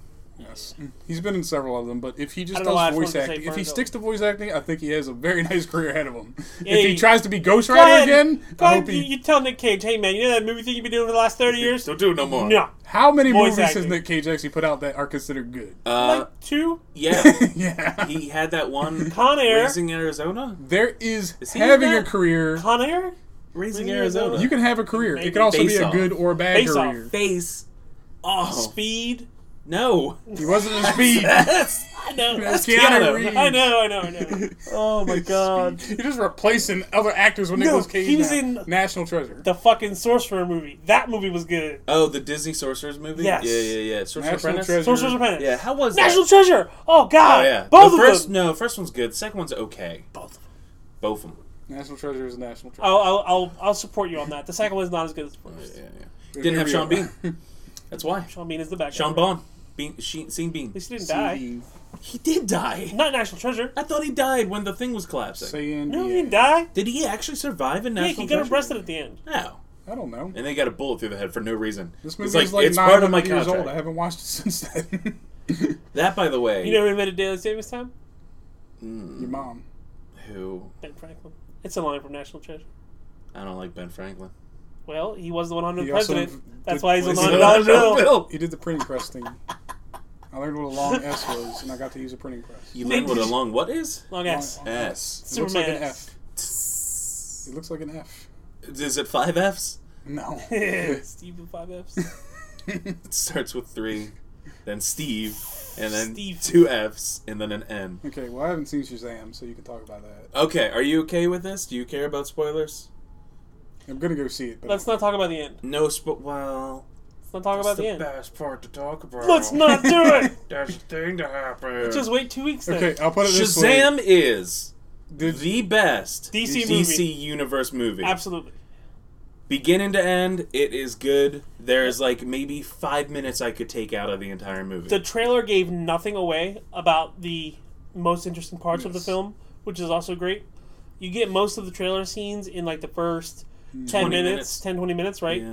S3: Yes, he's been in several of them. But if he
S1: I
S3: just
S1: don't know why I
S3: does
S1: just
S3: voice
S1: wanted to say
S3: acting, if he
S1: Ferngully.
S3: sticks to voice acting, I think he has a very nice career ahead of him. if
S1: Hey.
S3: he tries to be Ghost
S1: Go
S3: Rider
S1: ahead.
S3: again,
S1: Go
S3: I
S1: ahead.
S3: hope he.
S1: You, you tell Nick Cage, hey man, you know that movie thing you've been doing for the last thirty years?
S2: Don't do it no more.
S1: No.
S3: How many
S1: Voice
S3: movies has
S1: acting.
S3: Nick Cage actually put out that are considered good?
S2: Uh,
S1: like two?
S2: yeah.
S3: yeah,
S2: he had that one.
S1: Con Air.
S2: Raising Arizona.
S3: there is,
S2: Is he in
S3: having a
S2: that?
S3: career.
S1: Con Air?
S2: Raising
S1: Raising
S2: Arizona.
S1: Arizona.
S3: You can have a career.
S1: Maybe
S3: It can also be
S2: Face
S3: a
S2: Off.
S3: good or a bad
S1: Face Off.
S3: career.
S2: face. Oh,
S1: Speed?
S2: no.
S3: He wasn't in speed.
S2: Yes.
S1: I know.
S3: That's
S2: Keanu.
S3: Keanu Reeves.
S1: I know, I know, I know. Oh my god.
S3: You're just replacing other actors with Nicolas Cage.
S1: he was
S3: now.
S1: in-
S3: National Treasure.
S1: The fucking Sorcerer movie. That movie was good.
S2: Oh, the Disney Sorcerers movie.
S1: Yes.
S2: Yeah, yeah, yeah. Sorcerer's
S3: National
S2: Apprentice.
S3: Treasure.
S1: Sorcerer's Apprentice.
S2: Yeah. How was
S1: National
S2: that?
S1: Treasure. Oh
S2: Oh
S1: God.
S2: yeah.
S1: Both
S2: the
S1: of
S2: first,
S1: them.
S2: No, first one's good. Second one's okay. Both. of them. Both of them.
S3: National Treasure is National Treasure.
S1: I'll, I'll, I'll, I'll support you on that. The second one's not as good as the first.
S2: Yeah, yeah. Didn't have
S3: we
S2: Sean
S3: are.
S2: Bean. That's why.
S1: Sean Bean is the back.
S2: Sean Bond. Bean. Sheen, Sean Bean.
S1: At least he didn't die.
S3: CD,
S2: He did die.
S1: Not National Treasure.
S2: I thought he died when the thing was collapsing.
S3: San
S1: No, he
S3: Diego.
S1: didn't die.
S2: Did he actually survive in
S1: Yeah,
S2: National
S1: he got
S2: Treasure?
S1: arrested at the end.
S2: No.
S3: I don't know.
S2: And they got a bullet through the head for no reason.
S3: This movie
S2: it's like,
S3: is like
S2: it's part of my
S3: 900 years
S2: contract.
S3: old. eh? I haven't watched it since then.
S2: That, by the way,
S1: You know who invented daylight savings time?
S3: Your mom.
S2: who
S1: Ben Franklin. It's a line from National Treasure.
S2: I don't like Ben Franklin.
S1: Well, he was the 100th
S3: He also
S1: president.
S3: did-
S1: That's why he's on
S3: was
S1: the
S3: he
S1: $100 bill.
S3: He did the printing press thing. I learned what a long S was, and I got to use a printing press.
S2: You learn what a long what is?
S1: Long ass.
S2: S.
S3: It looks like an
S1: Superman.
S3: F. It looks like an F.
S2: Is it five Fs?
S3: No.
S1: Steve with five Fs.
S2: It starts with three, then Steve, and then
S1: Steve.
S2: two Fs, and then an N.
S3: Okay, well, I haven't seen Shazam, so you can talk about that.
S2: Okay, are you okay with this? Do you care about spoilers?
S3: I'm gonna go see it. But
S1: Let's not talk about the end.
S2: No, sp- well,
S1: Let's not talk
S2: that's
S1: about the,
S2: the
S1: end.
S2: best part to talk about.
S1: Let's not do it.
S2: There's a thing to happen.
S1: Just wait two weeks. Then.
S3: okay, I'll put it this way.
S2: Shazam is
S3: Did-
S2: the best
S1: DC movie.
S2: universe movie.
S1: Absolutely.
S2: Beginning to end, it is good. There is like maybe five minutes I could take out of the entire movie.
S1: The trailer gave nothing away about the most interesting parts of the
S3: Yes.
S1: film, which is also great. You get most of the trailer scenes in like the first
S3: Mm.
S1: 10 minutes,
S2: 20 minutes.
S1: 10 20 minutes, right?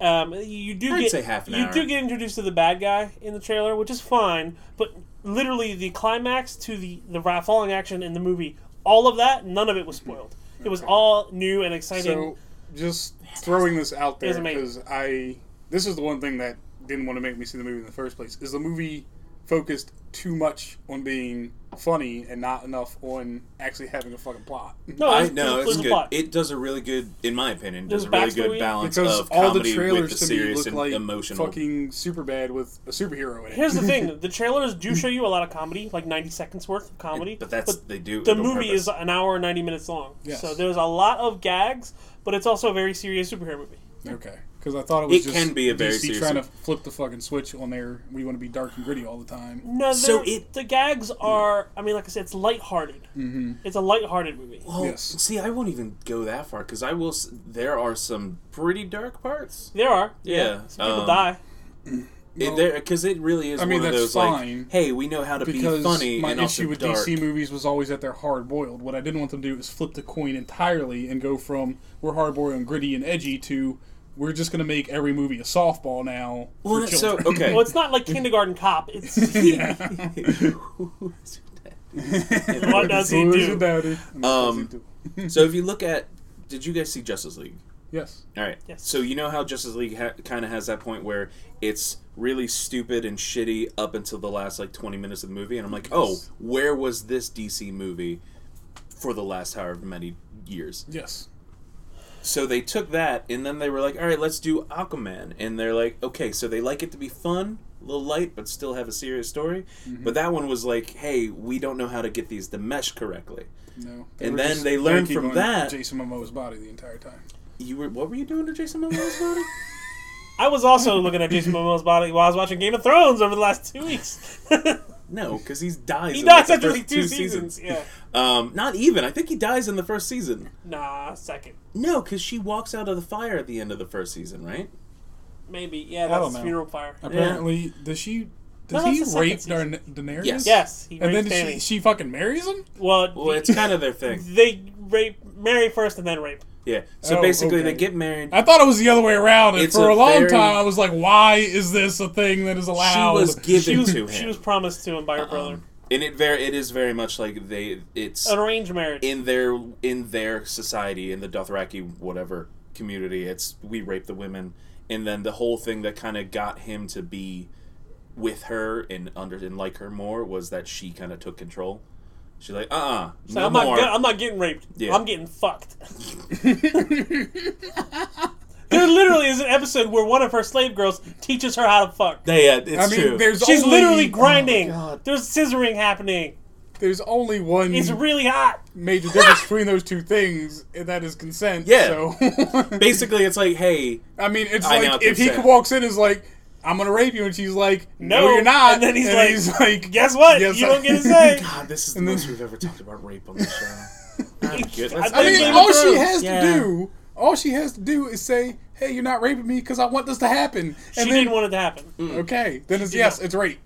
S2: Yeah.
S1: Um, you- you do
S2: I'd
S1: get
S2: say half an
S1: you
S2: hour.
S1: do get introduced to the bad guy in the trailer, which is fine. But literally, the climax to the the ra- falling action in the movie, all of that, none of it was spoiled. It was all new and exciting.
S3: So, just throwing this out there
S1: It's amazing.
S3: because I this is the one thing that didn't want to make me see the movie in the first place is the movie focused too much on being funny and not enough on actually having a fucking plot.
S1: no,
S2: I
S1: there's-
S2: know
S1: there's-
S2: it's
S1: there's a
S2: good.
S1: plot.
S2: It does a really good, in my opinion, does
S1: There's
S2: a really
S1: backstory.
S2: good balance
S3: Because
S2: of
S3: all the
S2: comedy
S3: trailers
S2: with the
S3: to me
S2: serious
S3: look
S2: and
S3: like
S2: emotional.
S3: fucking super bad with a superhero in it.
S1: Here's the thing: the trailers do show you a lot of comedy, like 90 seconds worth of comedy.
S2: but that's they do.
S1: the
S2: it on
S1: movie
S2: purpose.
S1: is an hour and 90 minutes long.
S3: Yes.
S1: So there's a lot of gags, but it's also a very serious superhero movie.
S3: Okay, because I thought it was
S2: It
S3: just
S2: can be a very
S3: DC
S2: serious-
S3: trying to flip the fucking switch on there. We want to be dark and gritty all the time.
S1: No,
S2: So
S1: so
S2: it-
S1: the gags are, I mean, like I said, it's lighthearted. Mm-hmm. It's a lighthearted movie.
S2: Well,
S3: Yes.
S2: Oh, see, I won't even go that far because I will. S- there are some pretty dark parts.
S1: There are.
S2: Yeah,
S1: Some people
S2: um,
S1: die.
S2: It, there, because it really is.
S3: I mean,
S2: one
S3: that's
S2: of those,
S3: fine,
S2: Like, hey, we know how to be
S3: because
S2: funny
S3: my
S2: and
S3: issue
S2: also
S3: with
S2: dark.
S3: DC movies was always that they're hard boiled. What I didn't want them to do is flip the coin entirely and go from we're hard boiled and gritty and edgy to we're just going to make every movie a softball now.
S2: Well,
S3: for
S2: that- so
S3: children.
S2: okay.
S1: Well, it's not like Kindergarten Cop. It's
S3: Yeah.
S1: what does he
S3: Who's your
S1: do?
S3: daddy? And what does he
S2: Um,
S3: do?
S2: so if you look at, did you guys see Justice League?
S3: yes,
S2: All right.
S1: Yes.
S2: So you know how Justice League ha- kind of has that point where it's really stupid and shitty up until the last like 20 minutes of the movie, and I'm like, oh, where was this DC movie for the last however many years?
S3: yes.
S2: So they took that, and then they were like, all right, let's do Aquaman, and they're like, okay, so they like it to be fun. A little light, but still have a serious story.
S1: Mm-hmm.
S2: But that one was like, "Hey, we don't know how to get these to mesh correctly."
S3: No.
S2: And
S3: were
S2: then
S3: just
S2: they learned
S3: banking
S2: from
S3: on
S2: that-
S3: Jason Momoa's body the entire time.
S2: You were what were you doing to Jason Momoa's body?
S1: I was also looking at Jason Momoa's body while I was watching Game of Thrones over the last two weeks.
S2: No, because he dies.
S1: he
S2: in,
S1: dies
S2: the
S1: after
S2: first
S1: like two, seasons. Yeah.
S2: Um, not even. I think he dies in the first season.
S1: Nah, second.
S2: No, because she walks out of the fire at the end of the first season, right?
S1: Maybe. Yeah,
S3: don't
S1: that's
S3: know.
S1: Funeral Fire.
S3: Apparently, does she?
S1: No,
S3: Does
S1: that's
S3: he
S1: the second
S3: rape
S1: season.
S3: Darn- Daenerys?
S2: Yes.
S1: Yes, he
S3: And
S1: rapes
S3: then
S1: Danny.
S3: she, she fucking marries him.
S1: well,
S2: Well, it's kind of their thing.
S1: they rape, marry first and then rape.
S2: Yeah. So
S3: Oh,
S2: basically,
S3: okay.
S2: they get married.
S3: I thought it was the other way around, and
S2: It's
S3: for
S2: a
S3: a, long
S2: very-
S3: time I was like, "Why is this a thing that is allowed?"
S2: She was given
S1: She was,
S2: to him,
S1: she was promised to him
S2: Uh-uh.
S1: by her brother.
S2: and it very it is very much like they it's
S1: An arranged marriage.
S2: in their in their society in the Dothraki whatever community. It's we rape the women, and then the whole thing that kind of got him to be with her and under and like her more was that she kind of took control. She's like, uh, uh
S1: so
S2: no
S1: I'm not.
S2: more.
S1: Go- I'm not getting raped.
S2: Yeah.
S1: I'm getting fucked. there literally is an episode where one of her slave girls teaches her how to fuck.
S2: Yeah, yeah, it's
S3: I mean,
S2: true.
S3: there's
S1: She's
S3: only-
S1: literally
S2: Oh
S1: grinding.
S2: my God.
S1: There's scissoring happening.
S3: There's only one
S1: It's really hot.
S3: major difference between those two things, and that is consent.
S2: Yeah.
S3: So,
S2: Basically, it's like, hey,
S3: I mean, it's
S2: I now
S3: like if he
S2: consent.
S3: walks in, is like, "I'm gonna rape you," and she's like, "No,
S1: No.
S3: you're not."
S1: And then he's like,
S3: like,
S1: Guess what?
S3: Yes,
S1: you
S3: I-
S1: don't get to say.
S2: God, this is the
S3: And then-
S2: most we've ever talked about rape on the show. I'm
S1: I
S2: good. Let's
S1: think
S3: I
S2: not
S1: Game
S3: mean,
S1: of
S2: even-
S3: all she
S1: Thrones.
S3: has
S2: Yeah.
S3: to do, all she has to do is say, "Hey, you're not raping me because I want this to happen."
S1: She
S3: And then,
S1: didn't want it to happen.
S2: Mm.
S3: okay, then it's yes, it's rape.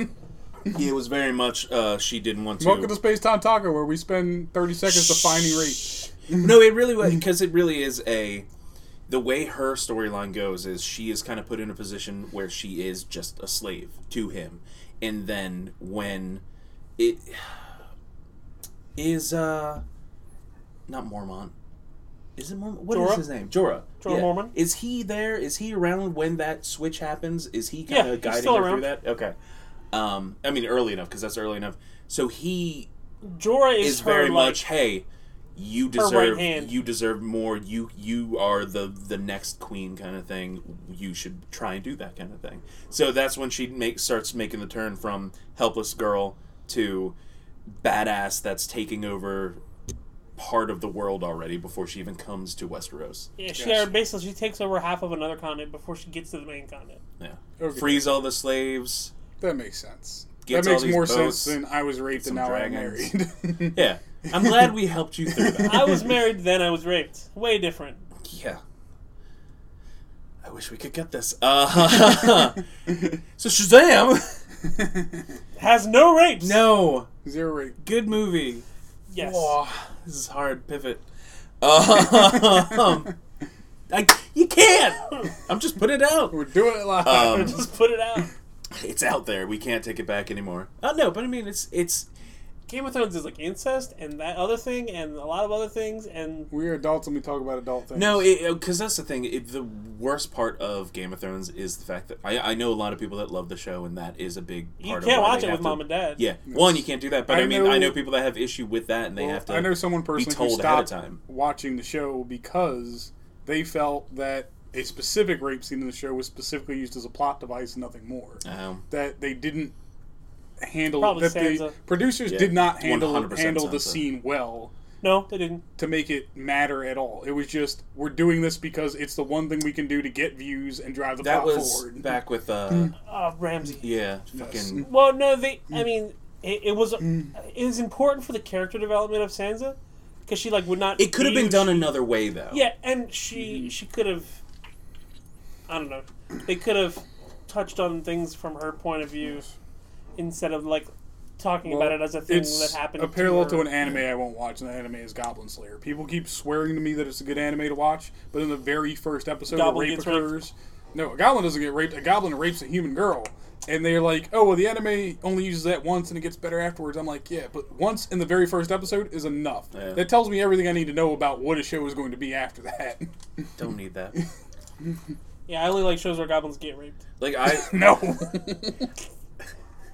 S2: it was very much uh, she didn't want to.
S3: oh, Welcome to Space Time Taco, where we spend 30 seconds defining rape.
S2: no, it really was because it really is a. The way her storyline goes is she is kind of put in a position where she is just a slave to him, and then when it is uh not Mormon, is it Mormon? What is
S1: Jorah?
S2: his name? Jorah.
S1: Jorah Mormon?
S2: Is he there? Is he around when that switch happens? Is he kind
S1: Yeah,
S2: of
S1: he's
S2: guiding
S1: still
S2: her
S1: around.
S2: through that? Okay. Um, I mean early enough because that's early enough. So he
S1: Jorah is,
S2: is
S1: her,
S2: very
S1: like,
S2: much hey you deserve
S1: right hand.
S2: you deserve more you you are the the next queen kind of thing you should try and do that kind of thing so that's when she make starts making the turn from helpless girl to badass that's taking over part of the world already before she even comes to Westeros.
S1: Yeah, she
S3: Yes.
S1: or basically she takes over half of another continent before she gets to the main continent.
S2: Yeah.
S3: Okay.
S2: Frees all the slaves.
S3: That makes sense.
S2: Gets
S3: that
S2: all
S3: makes
S2: these
S3: more
S2: boats,
S3: sense than I was raped
S2: some
S3: and now
S2: dragons.
S3: I'm married.
S2: Yeah. I'm glad we helped you through that.
S1: I was married then. I was raped. Way different.
S2: Yeah. I wish we could get this. Uh, so Shazam!
S1: Has no rapes.
S2: No!
S3: Zero rape.
S2: Good movie.
S1: Yes.
S2: Whoa, this is hard pivot. Um, I, you can't! I'm just put it out.
S3: We're doing it live.
S2: Um,
S1: Just put it out.
S2: it's out there. We can't take it back anymore. Oh no, but I mean, it's it's
S1: Game of Thrones is like incest and that other thing and a lot of other things and
S3: we are adults and we talk about adult things.
S2: no, because that's the thing. It, the worst part of Game of Thrones is the fact that I, I know a lot of people that love the show, and that is a big part.
S1: you
S2: of
S1: can't
S2: why
S1: watch
S2: they
S1: it
S2: have
S1: with
S2: to-
S1: mom and dad.
S2: Yeah, one, you can't do that. But I,
S3: I
S2: mean,
S3: know-
S2: I know people that have issue with that, and they have to.
S3: I know someone personally who
S2: told ahead of
S3: stopped
S2: time.
S3: watching the show because they felt that a specific rape scene in the show was specifically used as a plot device and nothing more.
S2: Um,
S3: That they didn't handle
S1: Probably
S3: that the
S1: Sansa.
S3: producers
S2: Yeah,
S3: did not handle
S2: 100%
S3: handle the
S2: Sansa.
S3: scene well
S1: No, they didn't.
S3: to make it matter at all. It was just we're doing this because it's the one thing we can do to get views and drive the
S2: that
S3: plot
S2: was
S3: forward.
S2: back with uh,
S1: Oh, Ramsey.
S2: yeah, fucking
S1: Well, no, they.
S2: Mm.
S1: I mean, it, it was. It was important for the character development of Sansa because she like would not.
S2: It could have been
S1: age.
S2: done another way, though.
S1: Yeah, and she she could have. I don't know. They could have touched on things from her point of view instead of like talking
S3: Well,
S1: about it as a thing
S3: it's
S1: that happened.
S3: A parallel to,
S1: her.
S3: an anime I won't watch, and that anime is Goblin Slayer. People keep swearing to me that it's a good anime to watch, but in the very first episode, a
S1: Goblin
S3: rape
S1: gets raped.
S3: occurs. No, a goblin doesn't get raped. A goblin rapes a human girl. And they're like, oh, well, the anime only uses that once and it gets better afterwards. I'm like, yeah, but once in the very first episode is enough.
S2: Yeah.
S3: That tells me everything I need to know about what a show is going to be after that.
S2: don't need that.
S1: Yeah, I only like shows where goblins get raped
S2: Like I,
S3: no.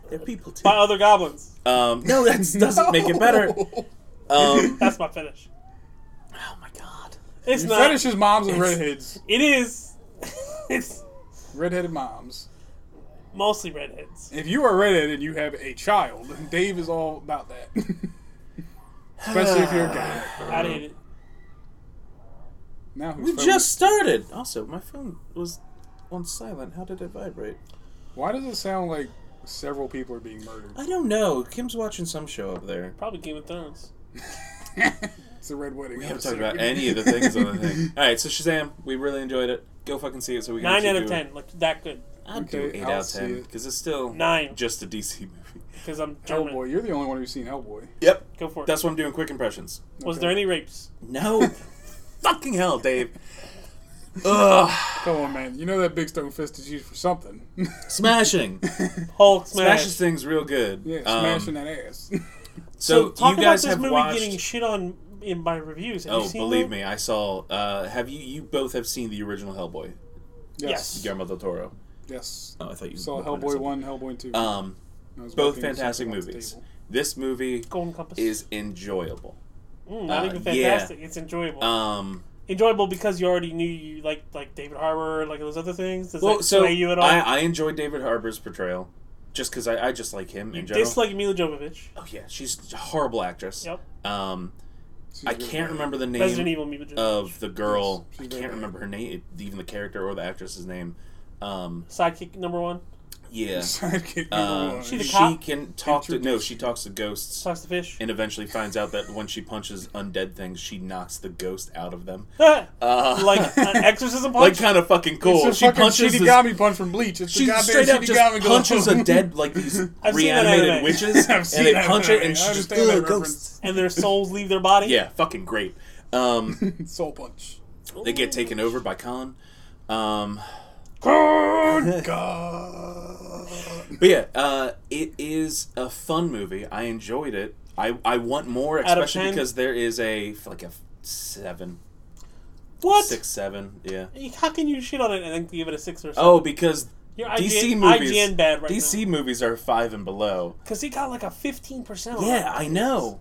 S2: they're people too.
S1: by other goblins.
S2: Um, no, that doesn't make it better. Um,
S1: That's my fetish.
S2: oh my god.
S1: It's not.
S3: Fetish is moms and redheads.
S1: It is. it's
S3: Redheaded moms.
S1: mostly redheads.
S3: If you are redheaded and you have a child, Dave is all about that. Especially if you're a guy.
S1: I hate it.
S3: Now who's
S2: We just started. Also, my phone was on silent. How did it vibrate?
S3: Why does it sound like several people are being murdered?
S2: I don't know. Kim's watching some show up there.
S1: Probably Game of Thrones.
S3: It's a red wedding.
S2: We haven't talked about any of the things on the thing. All right, so Shazam, we really enjoyed it. Go fucking see it so we can
S1: Nine
S2: actually
S1: out of
S2: do it.
S1: ten, like that good,
S2: I'd do
S3: Okay,
S2: 8
S3: I'll
S2: out of
S3: see
S2: 10
S3: it.
S2: because it's still
S1: Nine.
S2: just a DC movie.
S1: because I'm German.
S3: Hellboy. You're the only one who's seen Hellboy.
S2: Yep.
S1: Go for it.
S2: Oh, That's what I'm doing quick impressions.
S1: Was
S3: okay.
S1: there any rapes?
S2: No. fucking hell, Dave. Ugh.
S3: Come on, man. You know that big stone fist is used for something.
S2: Smashing.
S1: Hulk smash.
S2: Smashes things real good.
S3: yeah,
S2: Um,
S3: smashing that ass.
S1: So,
S2: So,
S1: talk
S2: you
S1: about
S2: guys
S1: this
S2: have
S1: movie
S2: watched.
S1: getting shit on in my reviews. Have you
S2: oh,
S1: seen
S2: believe
S1: that?
S2: me, I saw. Uh, have you? You both have seen the original Hellboy,
S1: Yes.
S2: Guillermo del Toro.
S3: Yes.
S2: Oh, I thought you
S3: Saw
S2: were pointing
S3: Hellboy
S2: something.
S3: 1, Hellboy 2.
S2: Um,
S3: I was
S2: both
S3: walking something
S2: fantastic
S3: off the
S2: movies.
S3: table.
S2: This movie
S1: Golden Compass
S2: is enjoyable.
S1: Mm, not
S2: uh,
S1: even
S2: yeah.
S1: fantastic. It's enjoyable.
S2: Um,
S1: enjoyable because you already knew you like like David Harbour, like those other things. Does
S2: well,
S1: that
S2: so
S1: sway you at all?
S2: I, I enjoyed David Harbour's portrayal, just because I, I just like him in general.
S1: Dislike Mila Jovovich.
S2: oh yeah, she's a horrible actress.
S1: Yep.
S2: Um,
S3: She's
S2: I uh,
S3: really
S2: can't
S3: bad.
S2: remember the
S1: Resident
S2: name
S1: Evil Mila Jovovich.
S2: of the girl.
S3: She's
S2: I
S3: very
S2: can't
S3: bad.
S2: remember her name, even the character or the actress's name. Um,
S1: Sidekick number one.
S2: yeah.
S3: Sidekick number
S2: Uh,
S3: one.
S1: She's a
S2: she
S1: cop.
S2: can talk to no.
S3: Introduce
S2: She talks to ghosts.
S1: Talks to fish.
S2: and eventually finds out that when she punches undead things, she knocks the ghost out of them.
S1: like
S2: Uh,
S1: an exorcism
S2: like
S1: punch.
S2: kind of fucking cool.
S3: It's a
S2: she
S3: fucking
S2: punches this,
S3: Shinigami punch from Bleach. It's
S2: she
S3: the goddamn
S2: straight up
S3: Shinigami
S2: just punches
S3: glove.
S2: a dead like these
S1: I've seen that
S2: reanimated
S1: anime.
S2: witches,
S3: I've
S2: and
S3: seen
S2: they
S3: that
S2: punch it,
S3: anime.
S2: and
S3: I
S2: she just
S3: understand that
S2: "Ugh,
S3: reference.
S2: ghosts.
S1: and their souls leave their body.
S2: Yeah, fucking great. Um,
S3: Soul punch.
S2: they get taken over by Khan. Um,
S3: God.
S2: but yeah, uh, it is a fun movie. I enjoyed it. I, I want more,
S1: Out of
S2: especially
S1: 10?
S2: because there is a like a seven,
S1: What?
S2: six, seven, yeah.
S1: How can you shit on it and then give it a six or something?
S2: Oh, because
S1: Your
S2: DC
S1: IGN,
S2: movies,
S1: IGN bad right
S2: DC
S1: now.
S2: movies are five and below.
S1: Because he got like a fifteen percent.
S2: Yeah, I know.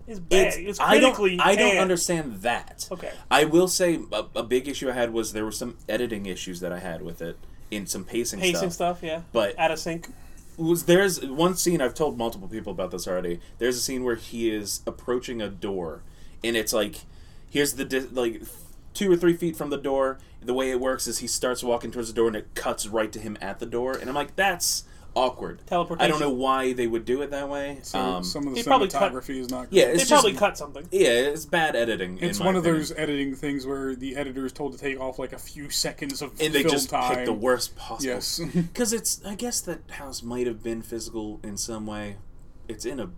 S1: Oh, It's bad. It's
S2: I don't-
S1: critically
S2: I don't,
S1: bad.
S2: understand that.
S1: Okay.
S2: I will say a, a big issue I had was there were some editing issues that I had with it in some pacing,
S1: Pacing stuff.
S2: stuff.
S1: Yeah.
S2: But-
S1: out of sync.
S2: Was, there's one scene I've told multiple people about this already. There's a scene where he is approaching a door and it's like here's the di- like two or three feet from the door. The way it works is he starts walking towards the door and it cuts right to him at the door, and I'm like, that's awkward. I
S1: Teleportation.
S2: don't know why they would do it that way.
S3: So
S2: um,
S3: some of the
S1: they probably cut-
S3: cinematography is not.
S2: yeah,
S3: great.
S1: They
S2: it's just
S1: probably cut something.
S2: yeah, it's bad editing. in
S3: it's
S2: my
S3: one of
S2: opinion.
S3: those editing things where the editor is told to take off like a few seconds of
S2: and they
S3: film
S2: just
S3: time.
S2: pick the worst possible.
S3: Yes.
S2: because it's I guess that house might have been physical in some way. It's in a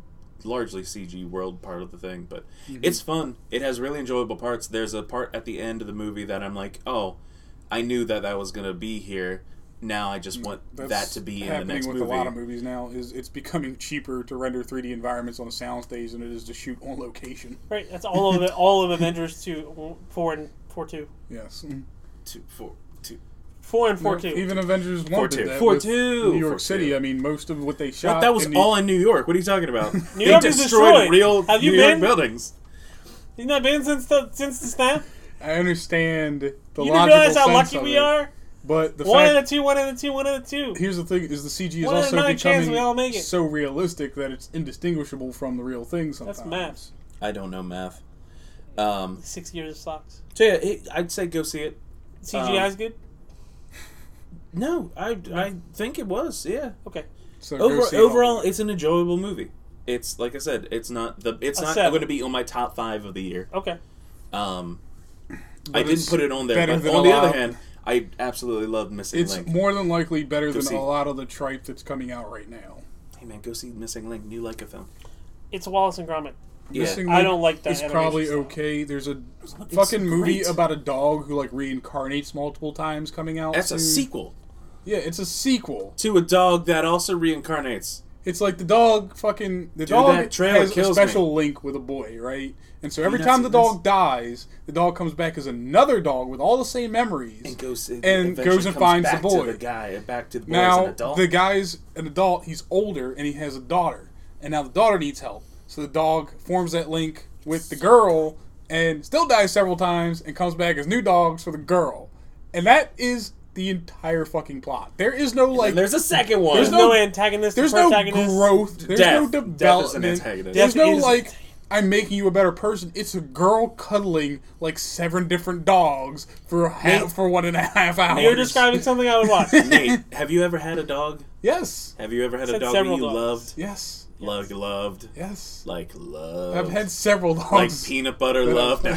S2: largely CG world part of the thing, but
S3: Mm-hmm.
S2: it's fun. It has really enjoyable parts. There's a part at the end of the movie that I'm like, oh, I knew that that was gonna be here. Now I just want that
S3: Mm, That's
S2: to be in the
S3: happening
S2: next
S3: with
S2: movie.
S3: a lot of movies now. Is it's becoming cheaper to render 3D environments on a soundstage than it is to shoot on location.
S1: Right. That's all of it. All of Avengers two, four and four two,
S3: Yes.
S2: Two, four, two.
S1: four and four
S3: No,
S1: two.
S3: Even Avengers One
S2: 4-2.
S3: did that.
S2: 4-2.
S3: with New York
S2: 4-2.
S3: City. I mean, most of what they shot.
S2: But that was
S3: in the-
S2: all in New York. What are you talking about? they
S1: York is
S2: destroyed
S1: destroyed.
S2: real
S1: Have you
S2: New
S1: been?
S2: York buildings.
S1: You've not been since the since the snap.
S3: I understand the
S1: You didn't
S3: logical
S1: realize how
S3: sense
S1: lucky
S3: of
S1: we
S3: it,
S1: are.
S3: But the
S1: One
S3: fact
S1: and a two. One and a two. One and a two.
S3: here's the thing: is the CG is
S1: One in
S3: also
S1: nine chance we all
S3: becoming
S1: make it.
S3: so realistic that it's indistinguishable from the real thing. Sometimes
S1: math.
S2: I don't know math. Um,
S1: Six years of socks.
S2: so yeah, it, I'd say go see it.
S1: CGI is good.
S2: No, I, I think it was. Yeah.
S1: Okay.
S3: So go
S2: Over,
S3: see it all.
S2: overall, it's an enjoyable movie. It's like I said, it's not the it's
S1: A
S2: not
S1: seven.
S2: going to be on my top five of the year.
S1: Okay.
S2: Um, I
S3: it's
S2: didn't put it on there,
S3: better
S2: but
S3: than
S2: on
S3: a
S2: the other
S3: lot.
S2: hand, I absolutely love Missing
S3: it's
S2: Link.
S3: more than likely better than
S2: see.
S3: a lot of the tripe that's coming out right now.
S2: hey man, go see Missing Link, new Leica film.
S1: It's Wallace and Gromit.
S2: Yeah,
S3: Missing
S1: I
S3: Link
S1: don't like that
S3: It's
S1: animation
S3: probably
S1: style.
S3: okay. There's a
S2: It's
S3: fucking movie
S2: great.
S3: about a dog who like reincarnates multiple times coming out.
S2: that's
S3: soon.
S2: a sequel
S3: Yeah, it's a sequel.
S2: to a dog that also reincarnates.
S3: It's like the dog fucking the dog
S2: that trailer
S3: has a
S2: kills
S3: special link with a boy, right? And so every
S2: not
S3: time the
S2: seen
S3: dog dies, the dog comes back as another dog with all the same memories.
S2: And goes and,
S3: And
S2: eventually
S3: goes and
S2: comes
S3: finds the
S2: back
S3: boy.
S2: To the guy uh, back to the boy as
S3: now
S2: an adult.
S3: the guy's an adult. He's older and he has a daughter, and now the daughter needs help. So the dog forms that link with the girl, and still dies several times, and comes back as new dogs for the girl, and that is the entire fucking plot. There is no like.
S2: and there's a second one.
S1: There's no,
S3: no-
S1: antagonist.
S3: There's
S1: the
S3: no
S1: protagonist.
S3: growth. There's
S2: Death. Death is
S3: no
S2: an
S3: development.
S2: antagonist.
S3: There's
S1: Death
S3: no
S1: is-
S3: like. I'm making you a better person. It's a girl cuddling like seven different dogs for a half, for one and a half hours.
S1: You're describing something I would watch.
S2: Nate, have you ever had a dog?
S3: Yes,
S2: Have you ever had a
S1: Said
S2: dog that
S1: several
S2: you
S1: dogs.
S2: loved,
S3: yes,
S2: loved, loved,
S3: yes.
S2: like loved?
S3: I've had several
S2: like
S3: dogs.
S2: peanut butter love. Now,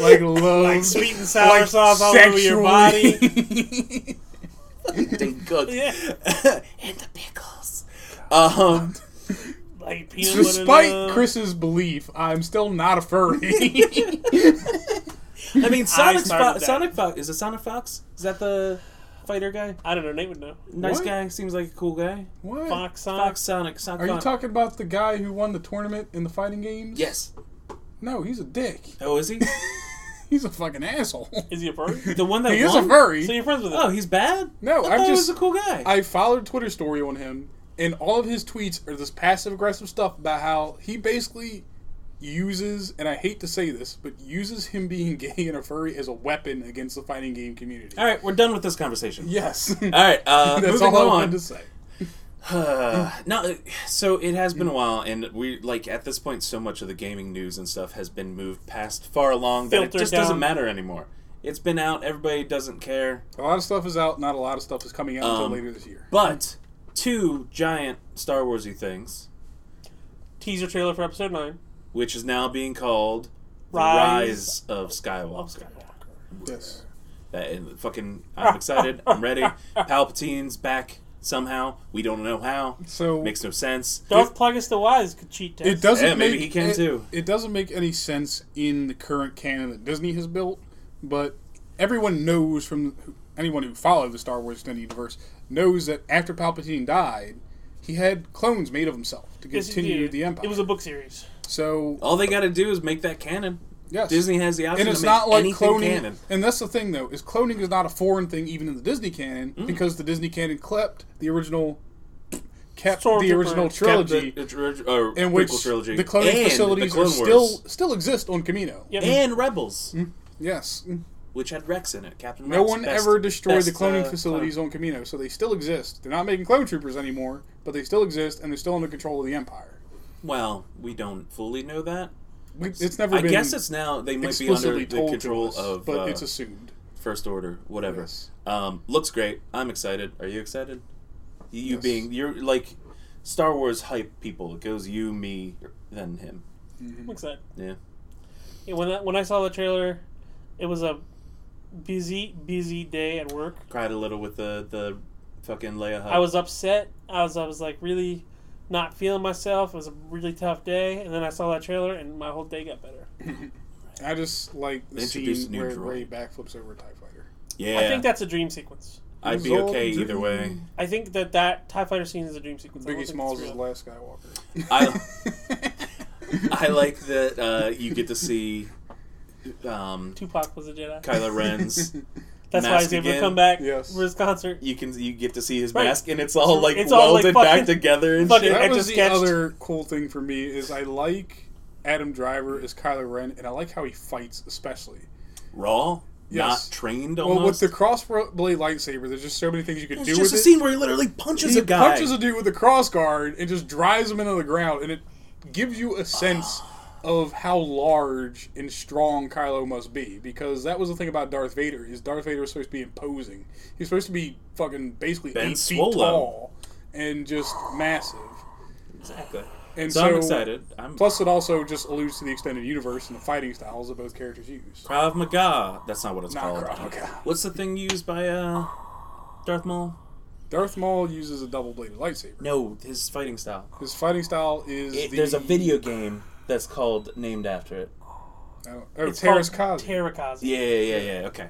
S3: like love,
S1: like sweet and sour sauce all over your body.
S3: body.
S2: cook
S1: Yeah.
S2: and the pickles. Um,
S1: Like peanut butter
S3: Despite
S1: love.
S3: Chris's belief, I'm still not a furry.
S2: I mean, Sonic's
S1: started
S2: Fo-
S1: that.
S2: Sonic Fox is it Sonic Fox? Is that the fighter guy?
S1: I don't know. Nate would know.
S2: Nice
S3: What?
S2: guy, seems like a cool guy.
S3: what?
S1: Fox Sonic.
S2: Fox Sonic, Sonic.
S3: Are you
S2: Fox.
S3: talking about the guy who won the tournament in the fighting games?
S2: Yes.
S3: No, he's a dick.
S2: Oh, is he
S3: He's a fucking asshole.
S1: Is he a bird?
S2: the one that
S3: he is
S2: won?
S3: a furry.
S1: so you're friends with him?
S2: Oh, he's bad.
S3: No,
S2: I
S3: I'm
S2: thought he
S3: just-
S2: was a cool guy.
S3: I followed a Twitter story on him, and all of his tweets are this passive aggressive stuff about how he basically uses, and I hate to say this, but uses him being gay and a furry as a weapon against the fighting game community.
S2: All right, we're done with this conversation.
S3: Yes.
S2: All right, uh,
S3: That's
S2: moving
S3: all I
S2: on.
S3: wanted to say.
S2: Uh, no, so it has
S3: Mm.
S2: been a while, and we like at this point, so much of the gaming news and stuff has been moved past far along that it
S1: Filtered
S2: just
S1: down.
S2: doesn't matter anymore. It's been out; everybody doesn't care.
S3: A lot of stuff is out, not a lot of stuff is coming out until
S2: Um,
S3: later this year.
S2: But two giant Star Warsy things,
S1: Teaser trailer for episode nine.
S2: which is now being called
S1: Rise
S2: the Rise of Skywalker.
S3: Yes.
S2: That and fucking, I'm excited. I'm ready. Palpatine's back somehow. We don't know how.
S3: So
S2: Makes no sense.
S1: Darth Plagueis the Wise could cheat test.
S3: it doesn't
S2: Yeah,
S3: make
S2: maybe he can
S3: it,
S2: too.
S3: It doesn't make any sense in the current canon that Disney has built, but everyone knows from anyone who followed the Star Wars extended universe knows that after Palpatine died, he had clones made of himself to
S1: Yes, it
S3: continue
S1: did.
S3: the empire.
S1: It was a book series.
S3: so
S2: All they got to do is make that canon.
S3: yes,
S2: Disney has the option
S3: and
S2: to
S3: it's
S2: make
S3: not like
S2: anything
S3: cloning.
S2: canon.
S3: And that's the thing, though, is cloning is not a foreign thing even in the Disney canon
S2: Mm.
S3: because the Disney canon kept the original, kept the
S1: Stormtrooper.
S3: original
S1: Kept
S3: trilogy,
S2: Kept the, the, or
S3: in which
S2: prequel trilogy.
S3: the cloning
S2: and
S3: facilities
S2: the Clone
S3: are
S2: Wars.
S3: still still exist on Camino.
S1: Yep.
S2: and Rebels,
S3: Yes.
S2: which had Rex in it. Captain
S3: No
S2: Rex.
S3: one
S2: best-
S3: ever destroyed the
S2: best,
S3: cloning
S2: uh,
S3: facilities on Camino, so they still exist. They're not making clone troopers anymore, but they still exist and they're still under control of the Empire.
S2: Well, we don't fully know that.
S3: We, it's never
S2: I
S3: been
S2: guess it's now they might be
S3: explicitly
S2: under the
S3: told
S2: control
S3: to us,
S2: of
S3: but
S2: uh,
S3: it's assumed.
S2: First Order, whatever.
S3: Yes.
S2: Um, looks great. I'm excited. Are you excited? You, you
S3: Yes.
S2: being you're like Star Wars hype people. It goes you, me, then him.
S1: I'm excited.
S2: Yeah.
S1: Yeah, when I, when I saw the trailer, it was a busy busy day at work.
S2: Cried a little with the the fucking Leia. Hug.
S1: I was upset. I was I was like really not feeling myself. It was a really tough day, and then I saw that trailer, and my whole day got better.
S3: I just like the
S2: They introduced
S3: scene
S2: a new
S3: where
S2: droid.
S3: Ray backflips over a Tie Fighter.
S2: Yeah.
S1: I think that's a dream sequence.
S2: I'd be
S3: Result
S2: okay either
S3: dream.
S2: way.
S1: I think that that Tie Fighter scene is a dream sequence. I don't
S3: Biggie
S1: think it's
S3: Smalls is
S1: real.
S3: the last Skywalker.
S2: I I like that uh, you get to see um,
S1: Tupac was a Jedi.
S2: Kylo Ren's.
S1: That's why
S2: mask
S1: he's able to
S2: again.
S1: come back
S3: Yes.
S1: for his concert.
S2: You can you get to see his
S1: Right.
S2: mask, and it's all like
S1: It's all, like,
S2: welded
S1: fucking-
S2: back together and
S1: fucking-
S2: shit.
S1: I
S3: that was
S1: just
S3: the
S1: sketched-
S3: other cool thing for me is I like Adam Driver as Kylo Ren, and I like how he fights, especially.
S2: Raw,
S3: Yes.
S2: not trained
S3: Well, with
S2: almost.
S3: the crossblade lightsaber, there's just so many things you can
S2: It's
S3: do
S2: just
S3: with
S2: a
S3: it.
S2: scene where he literally punches
S3: he
S2: a guy.
S3: punches a dude with a cross guard and just drives him into the ground, and it gives you a sense of how large and strong Kylo must be. Because that was the thing about Darth Vader is Darth Vader was supposed to be imposing. He's supposed to be fucking basically
S2: Ben
S3: eight
S2: Swallow.
S3: feet tall and just massive.
S2: exactly.
S3: And
S2: So, I'm excited. I'm
S3: Plus, it also just alludes to the extended universe and the fighting styles that both characters use. oh,
S2: Krav Maga. That's not what it's
S3: Not
S2: called.
S3: Krav Maga.
S2: What's the thing used by uh, Darth Maul?
S3: Darth Maul uses a double-bladed lightsaber.
S2: No, his fighting style.
S3: His fighting style is
S2: It-
S3: the,
S2: There's a video game that's called named after it.
S3: Oh, oh
S1: It's called
S3: Terrace Kazi.
S1: Terrakazi.
S2: Yeah, yeah, yeah. yeah, Okay,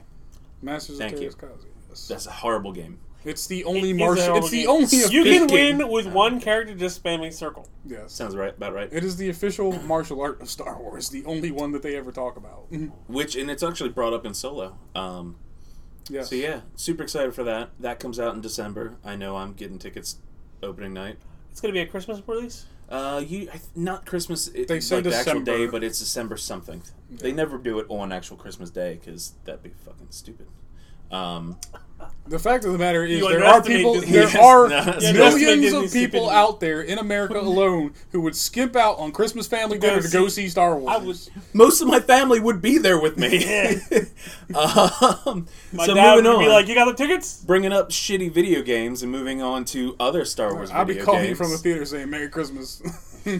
S3: Masters
S2: Thank
S3: of
S2: you.
S3: Terrace Kazi. Yes.
S2: that's a horrible game.
S3: It's the only
S1: It is
S3: martial.
S1: our
S3: It's the
S1: game.
S3: only.
S1: You
S3: offi-
S1: can
S2: official-
S1: win with one character just spamming circle.
S3: yes.
S2: Sounds right, about right.
S3: It is the official martial art of Star Wars. The only one that they ever talk about.
S2: Which and it's actually brought up in Solo. Um,
S3: Yes.
S2: So yeah, super excited for that. That comes out in December. I know I'm getting tickets opening night.
S1: It's going to be a Christmas release.
S2: Uh, you I th- not Christmas. It,
S3: They said
S2: like the actual
S3: December.
S2: day, but it's December something. They never do it on actual Christmas day because that'd be fucking stupid. Um,
S3: The fact of the matter is,
S1: You
S3: there are
S1: underestimate
S3: people.
S1: Disney.
S3: There
S2: Yes,
S3: are
S2: no, it's
S1: underestimate
S3: millions
S1: Disney's
S3: of people
S1: stupidity.
S3: out there in America alone who would skimp out on Christmas family dinner to go see Star Wars.
S1: I was
S2: most of my family would be there with me. um,
S1: my
S2: so
S1: dad would
S2: moving on,
S1: be like, "You got the tickets?"
S2: bringing up shitty video games and moving on to other Star Wars.
S3: I'll be
S2: video
S3: calling
S2: games.
S3: from the theater saying "Merry Christmas."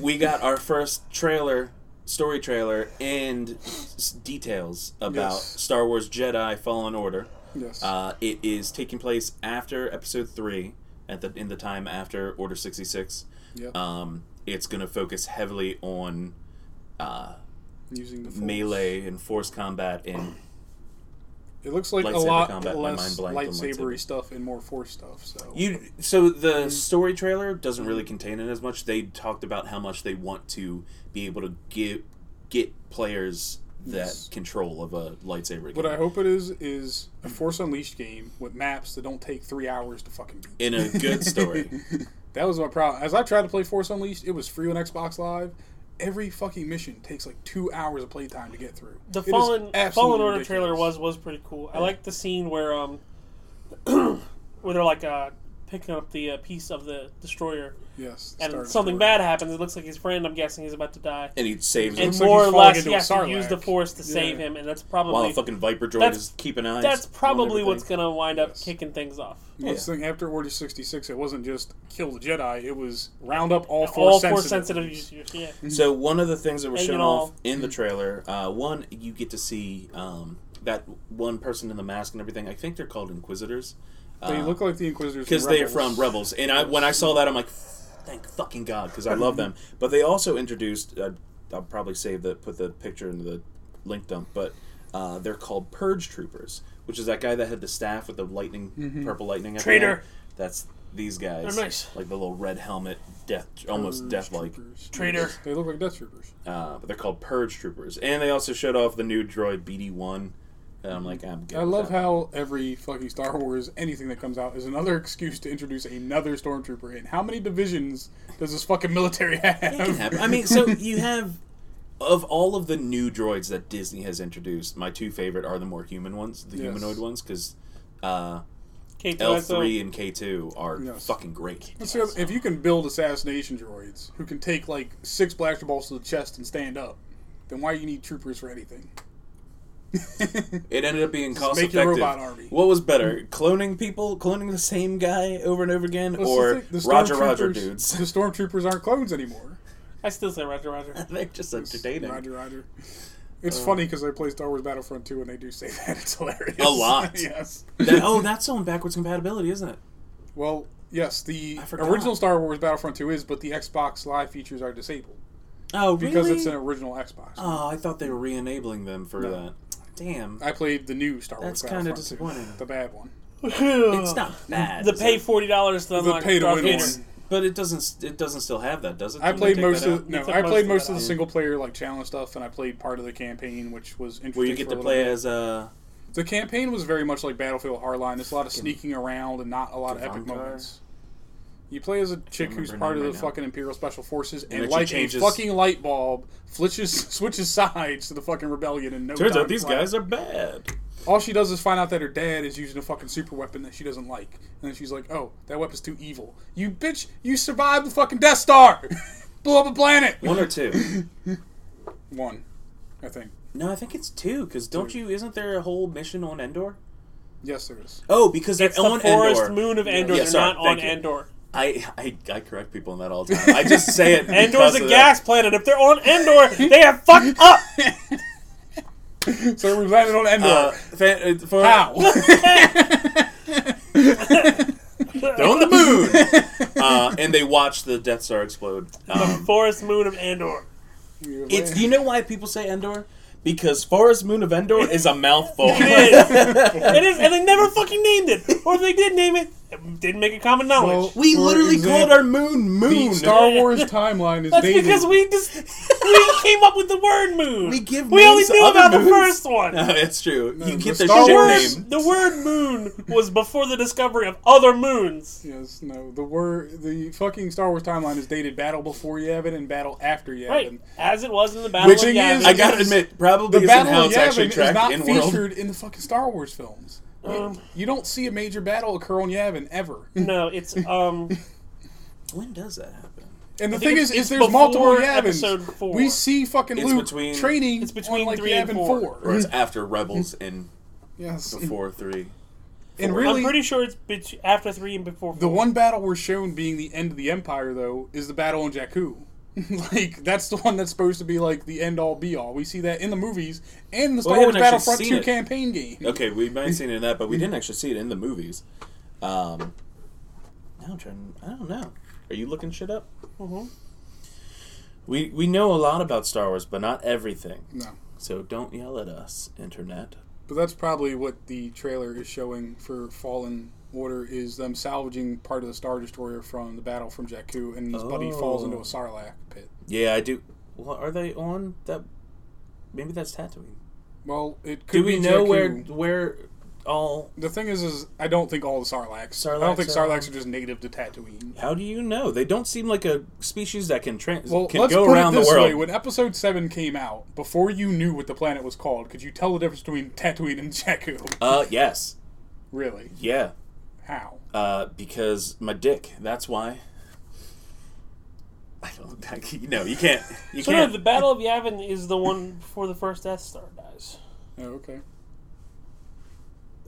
S2: we got our first trailer, story trailer, and s- details about
S3: Yes.
S2: Star Wars Jedi Fallen Order.
S3: yes.
S2: Uh, it is taking place after Episode Three, at the in the time after Order sixty six.
S3: yep.
S2: Um, it's going to focus heavily on uh,
S3: Using the force.
S2: melee and force combat and
S3: It looks like a
S2: lightsaber
S3: lot
S2: combat, my mind
S3: less
S2: blanked on
S3: lightsabery
S2: lightsaber.
S3: stuff and more force stuff. So
S2: You so the story trailer doesn't really contain it as much. They talked about how much they want to be able to give get players that
S3: Yes.
S2: control of a lightsaber.
S3: What
S2: game.
S3: I hope it is is a Force Unleashed game with maps that don't take three hours to fucking beat.
S2: in a good story.
S3: That was my problem. As I tried to play Force Unleashed, it was free on Xbox Live. Every fucking mission takes like two hours of playtime to get through.
S1: The
S3: It is
S1: Fallen
S3: absolutely
S1: Fallen Order
S3: ridiculous.
S1: trailer was was pretty cool. I like the scene where um where they're like uh picking up the uh, piece of the destroyer
S3: yes,
S1: and
S3: Star
S1: something
S3: Destroyer.
S1: bad happens. It looks like his friend, I'm guessing, is about to die.
S2: and he saves
S1: And
S2: him
S3: looks like
S1: more
S3: he's
S1: or
S3: falling
S1: less,
S3: into
S1: he
S3: a
S1: has to use
S3: Sarlacc.
S1: the force to
S3: Yeah.
S1: save him, and that's
S2: while
S1: probably
S2: a fucking Viper droid
S1: That's-
S2: is keeping eyes.
S1: that's
S2: on
S1: probably what's
S2: everything.
S1: gonna wind up
S3: Yes.
S1: kicking things off.
S3: Well, this thing after Order sixty six, it wasn't just kill the Jedi. It was round up all force
S1: All
S3: sensitive.
S1: force sensitive users, yeah.
S2: So one of the things that was
S1: And, you
S2: shown
S1: know-
S2: off in the trailer, uh, one you get to see um, that one person in the mask and everything. I think they're called Inquisitors.
S3: They look like the Inquisitors from
S2: because Uh, they are
S3: Rebels.
S2: from Rebels. And I when I saw that, I'm like, thank fucking god, because I love them. But they also introduced. Uh, I'll probably save the put the picture into the link dump, but uh, they're called Purge Troopers, which is that guy that had the staff with the lightning,
S3: Mm-hmm.
S2: purple lightning. at the
S1: Traitor.
S2: end. That's these guys.
S1: They're nice.
S2: Like the little red helmet, death, almost
S3: Purge
S2: death like.
S3: troopers.
S1: Traitor.
S3: They look like Death Troopers.
S2: Uh, but they're called Purge Troopers, and they also showed off the new droid BD one. And I'm like, I'm good.
S3: I
S2: with
S3: love
S2: that.
S3: how every fucking Star Wars anything that comes out is another excuse to introduce another stormtrooper. And how many divisions does this fucking military
S2: It can
S3: have?
S2: happen. I mean, so you have of all of the new droids that Disney has introduced, my two favorite are the more human ones, the
S3: Yes.
S2: humanoid ones, because uh,
S1: Kate
S2: L
S1: Winslet.
S2: three and K two are
S3: Yes.
S2: fucking great.
S3: Let's see if- if you can build assassination droids who can take like six blaster bolts to the chest and stand up, then why do you need troopers for anything?
S2: It ended up being cost
S3: make your
S2: effective.
S3: robot army.
S2: What was better, cloning people, cloning the same guy over and over again,
S3: That's the
S2: or
S3: thing, the
S2: Roger Roger
S3: stormtroopers-
S2: dudes?
S3: The stormtroopers aren't clones anymore.
S1: I still say Roger Roger.
S2: They're just entertaining.
S3: Roger, Roger. It's funny because I play Star Wars Battlefront 2 and they do say that. It's hilarious.
S2: Um, A lot.
S3: yes.
S2: That- oh, that's on backwards compatibility, isn't it?
S3: Well, yes, the
S2: I forgot.
S3: original Star Wars Battlefront 2 is, but the Xbox Live features are disabled
S2: Oh,
S3: because
S2: really?
S3: it's an original Xbox.
S2: Oh, I thought they were re-enabling them for that. Damn,
S3: I played the new Star Wars
S2: that's kind of
S3: Battlefront 2,
S2: disappointing.
S3: the bad one. Uh,
S2: It's not bad.
S1: The
S2: is
S1: pay
S2: it?
S1: forty dollars to unlock
S3: pay to
S1: Darth
S3: win
S1: Vader.
S3: one.
S2: but it doesn't. It doesn't still have that, does it?
S3: I
S2: Didn't they
S3: played
S2: take
S3: most
S2: that
S3: of
S2: out?
S3: no,
S1: They
S3: I
S1: took
S3: played
S1: most
S3: most
S1: of
S3: of the
S1: that out.
S3: single player like challenge stuff, and I played part of the campaign, which was interesting.
S2: Where you get
S3: for
S2: to
S3: a
S2: play
S3: little bit.
S2: as uh, a
S3: The campaign was very much like Battlefield Hardline. It's a lot of sneaking around and not a lot of epic
S2: Devantar?
S3: moments. You play as a chick who's
S2: remember her
S3: part of
S2: name
S3: the
S2: right now.
S3: fucking Imperial Special Forces, and,
S2: actually
S3: like
S2: changes-
S3: a fucking light bulb, flitches switches sides to the fucking rebellion in no time flat.
S2: are bad.
S3: All she does is find out that her dad is using a fucking super weapon that she doesn't like, and then she's like, "Oh, that weapon's too evil." You bitch! You survived the fucking Death Star, blew up a planet.
S2: One or two?
S3: One, I think.
S2: no, I think it's two. Because don't you? Isn't there a whole mission on Endor?
S3: Yes, there is.
S2: Oh, because they're
S1: It's the
S2: on
S1: forest
S2: Endor.
S1: moon of Endor.
S2: Yeah,
S1: They're
S2: sorry,
S1: not on
S2: thank you.
S1: Endor.
S2: I, I I correct people on that all the time. I just say it. because
S1: Endor's a
S2: of
S1: gas planet. If they're on Endor, they have fucked up.
S3: So we landed on Endor.
S2: That. Uh, fan, uh, for
S3: How?
S2: They're on the moon, uh, and they watch the Death Star explode. Um,
S1: Forest moon of Endor.
S2: It's you know why people say Endor? Because Forest Moon of Endor is a mouthful.
S1: It is. it is, and they never fucking named it. Or if they did name it, it didn't make it common knowledge.
S2: we
S3: For
S2: literally
S3: example,
S2: called our moon Moon.
S3: The Star Wars timeline is
S1: That's
S3: dated.
S1: because we just we came up with the word moon.
S2: We give
S1: we only
S2: names to
S1: knew
S2: other
S1: about the
S2: moons.
S1: first one.
S2: No, it's true. you
S3: the
S2: get the
S3: Star
S2: shit
S3: Wars-
S2: name.
S1: The word moon was before the discovery of other moons.
S3: Yes, no. The word, the fucking Star Wars timeline is dated battle before Yavin and battle after Yavin.
S1: Right, as it was in the Battle
S3: Which
S1: of
S3: thing
S1: Yavin.
S3: is-
S2: I gotta admit, probably
S3: The
S2: isn't
S3: battle
S2: how
S3: of
S2: it's actually
S3: Yavin is
S2: tracked
S3: not
S2: in world.
S3: featured in the fucking Star Wars films.
S1: Um,
S3: you don't see a major battle occur on Yavin ever.
S1: no, it's um.
S2: When does that happen?
S3: And the
S1: think
S3: thing
S1: it's-
S3: is, is
S1: it's
S3: there's multiple
S1: before episode
S3: Yavins.
S1: four.
S3: We see fucking
S2: It's
S3: Luke
S2: between-
S3: training
S1: It's between
S3: on like
S1: three
S3: Yavin
S1: and four.
S2: Or it's after Rebels in
S3: Yes,
S2: four three.
S3: and
S1: I'm
S3: really,
S1: pretty sure it's bet- after three and before four.
S3: The one battle we're shown being the end of the Empire, though, is the battle on Jakku. like that's the one that's supposed to be like the end all be all. We see that in the movies and in the Star
S2: we
S3: Wars
S2: haven't actually
S3: Battlefront
S2: seen
S3: Two
S2: it.
S3: campaign game.
S2: Okay, we might have seen it in that, but we didn't actually see it in the movies. Um, now I'm trying. I don't know. Are you looking shit up?
S3: Mm-hmm.
S1: Mhm.
S2: We we know a lot about Star Wars, but not everything.
S3: No,
S2: So don't yell at us, internet.
S3: but that's probably what the trailer is showing for Fallen Order is them salvaging part of the Star Destroyer from the battle from Jakku, and his buddy falls into a
S2: Oh.
S3: Sarlacc pit.
S2: Yeah, I do. Well, are they on that? Maybe that's Tatooine.
S3: Well, it could
S2: Do we
S3: be
S2: know
S3: Jakku.
S2: where where all?
S3: The thing is, is I don't think all the Sarlaccs. I
S2: Sarlaccs
S3: don't think
S2: are-
S3: Sarlaccs are just native to Tatooine.
S2: How do you know? They don't seem like a species that can trans
S3: Well,
S2: can
S3: let's
S2: go
S3: put
S2: around
S3: it this
S2: the world.
S3: way: when Episode Seven came out, before you knew what the planet was called, could you tell the difference between Tatooine and Jakku?
S2: uh, yes,
S3: Really?
S2: yeah.
S3: How?
S2: Uh, because my dick. That's why. I don't. I, can't- no, you can't. You
S1: So no,
S2: can't.
S1: the Battle of Yavin is the one before the first Death Star dies.
S3: Oh, okay.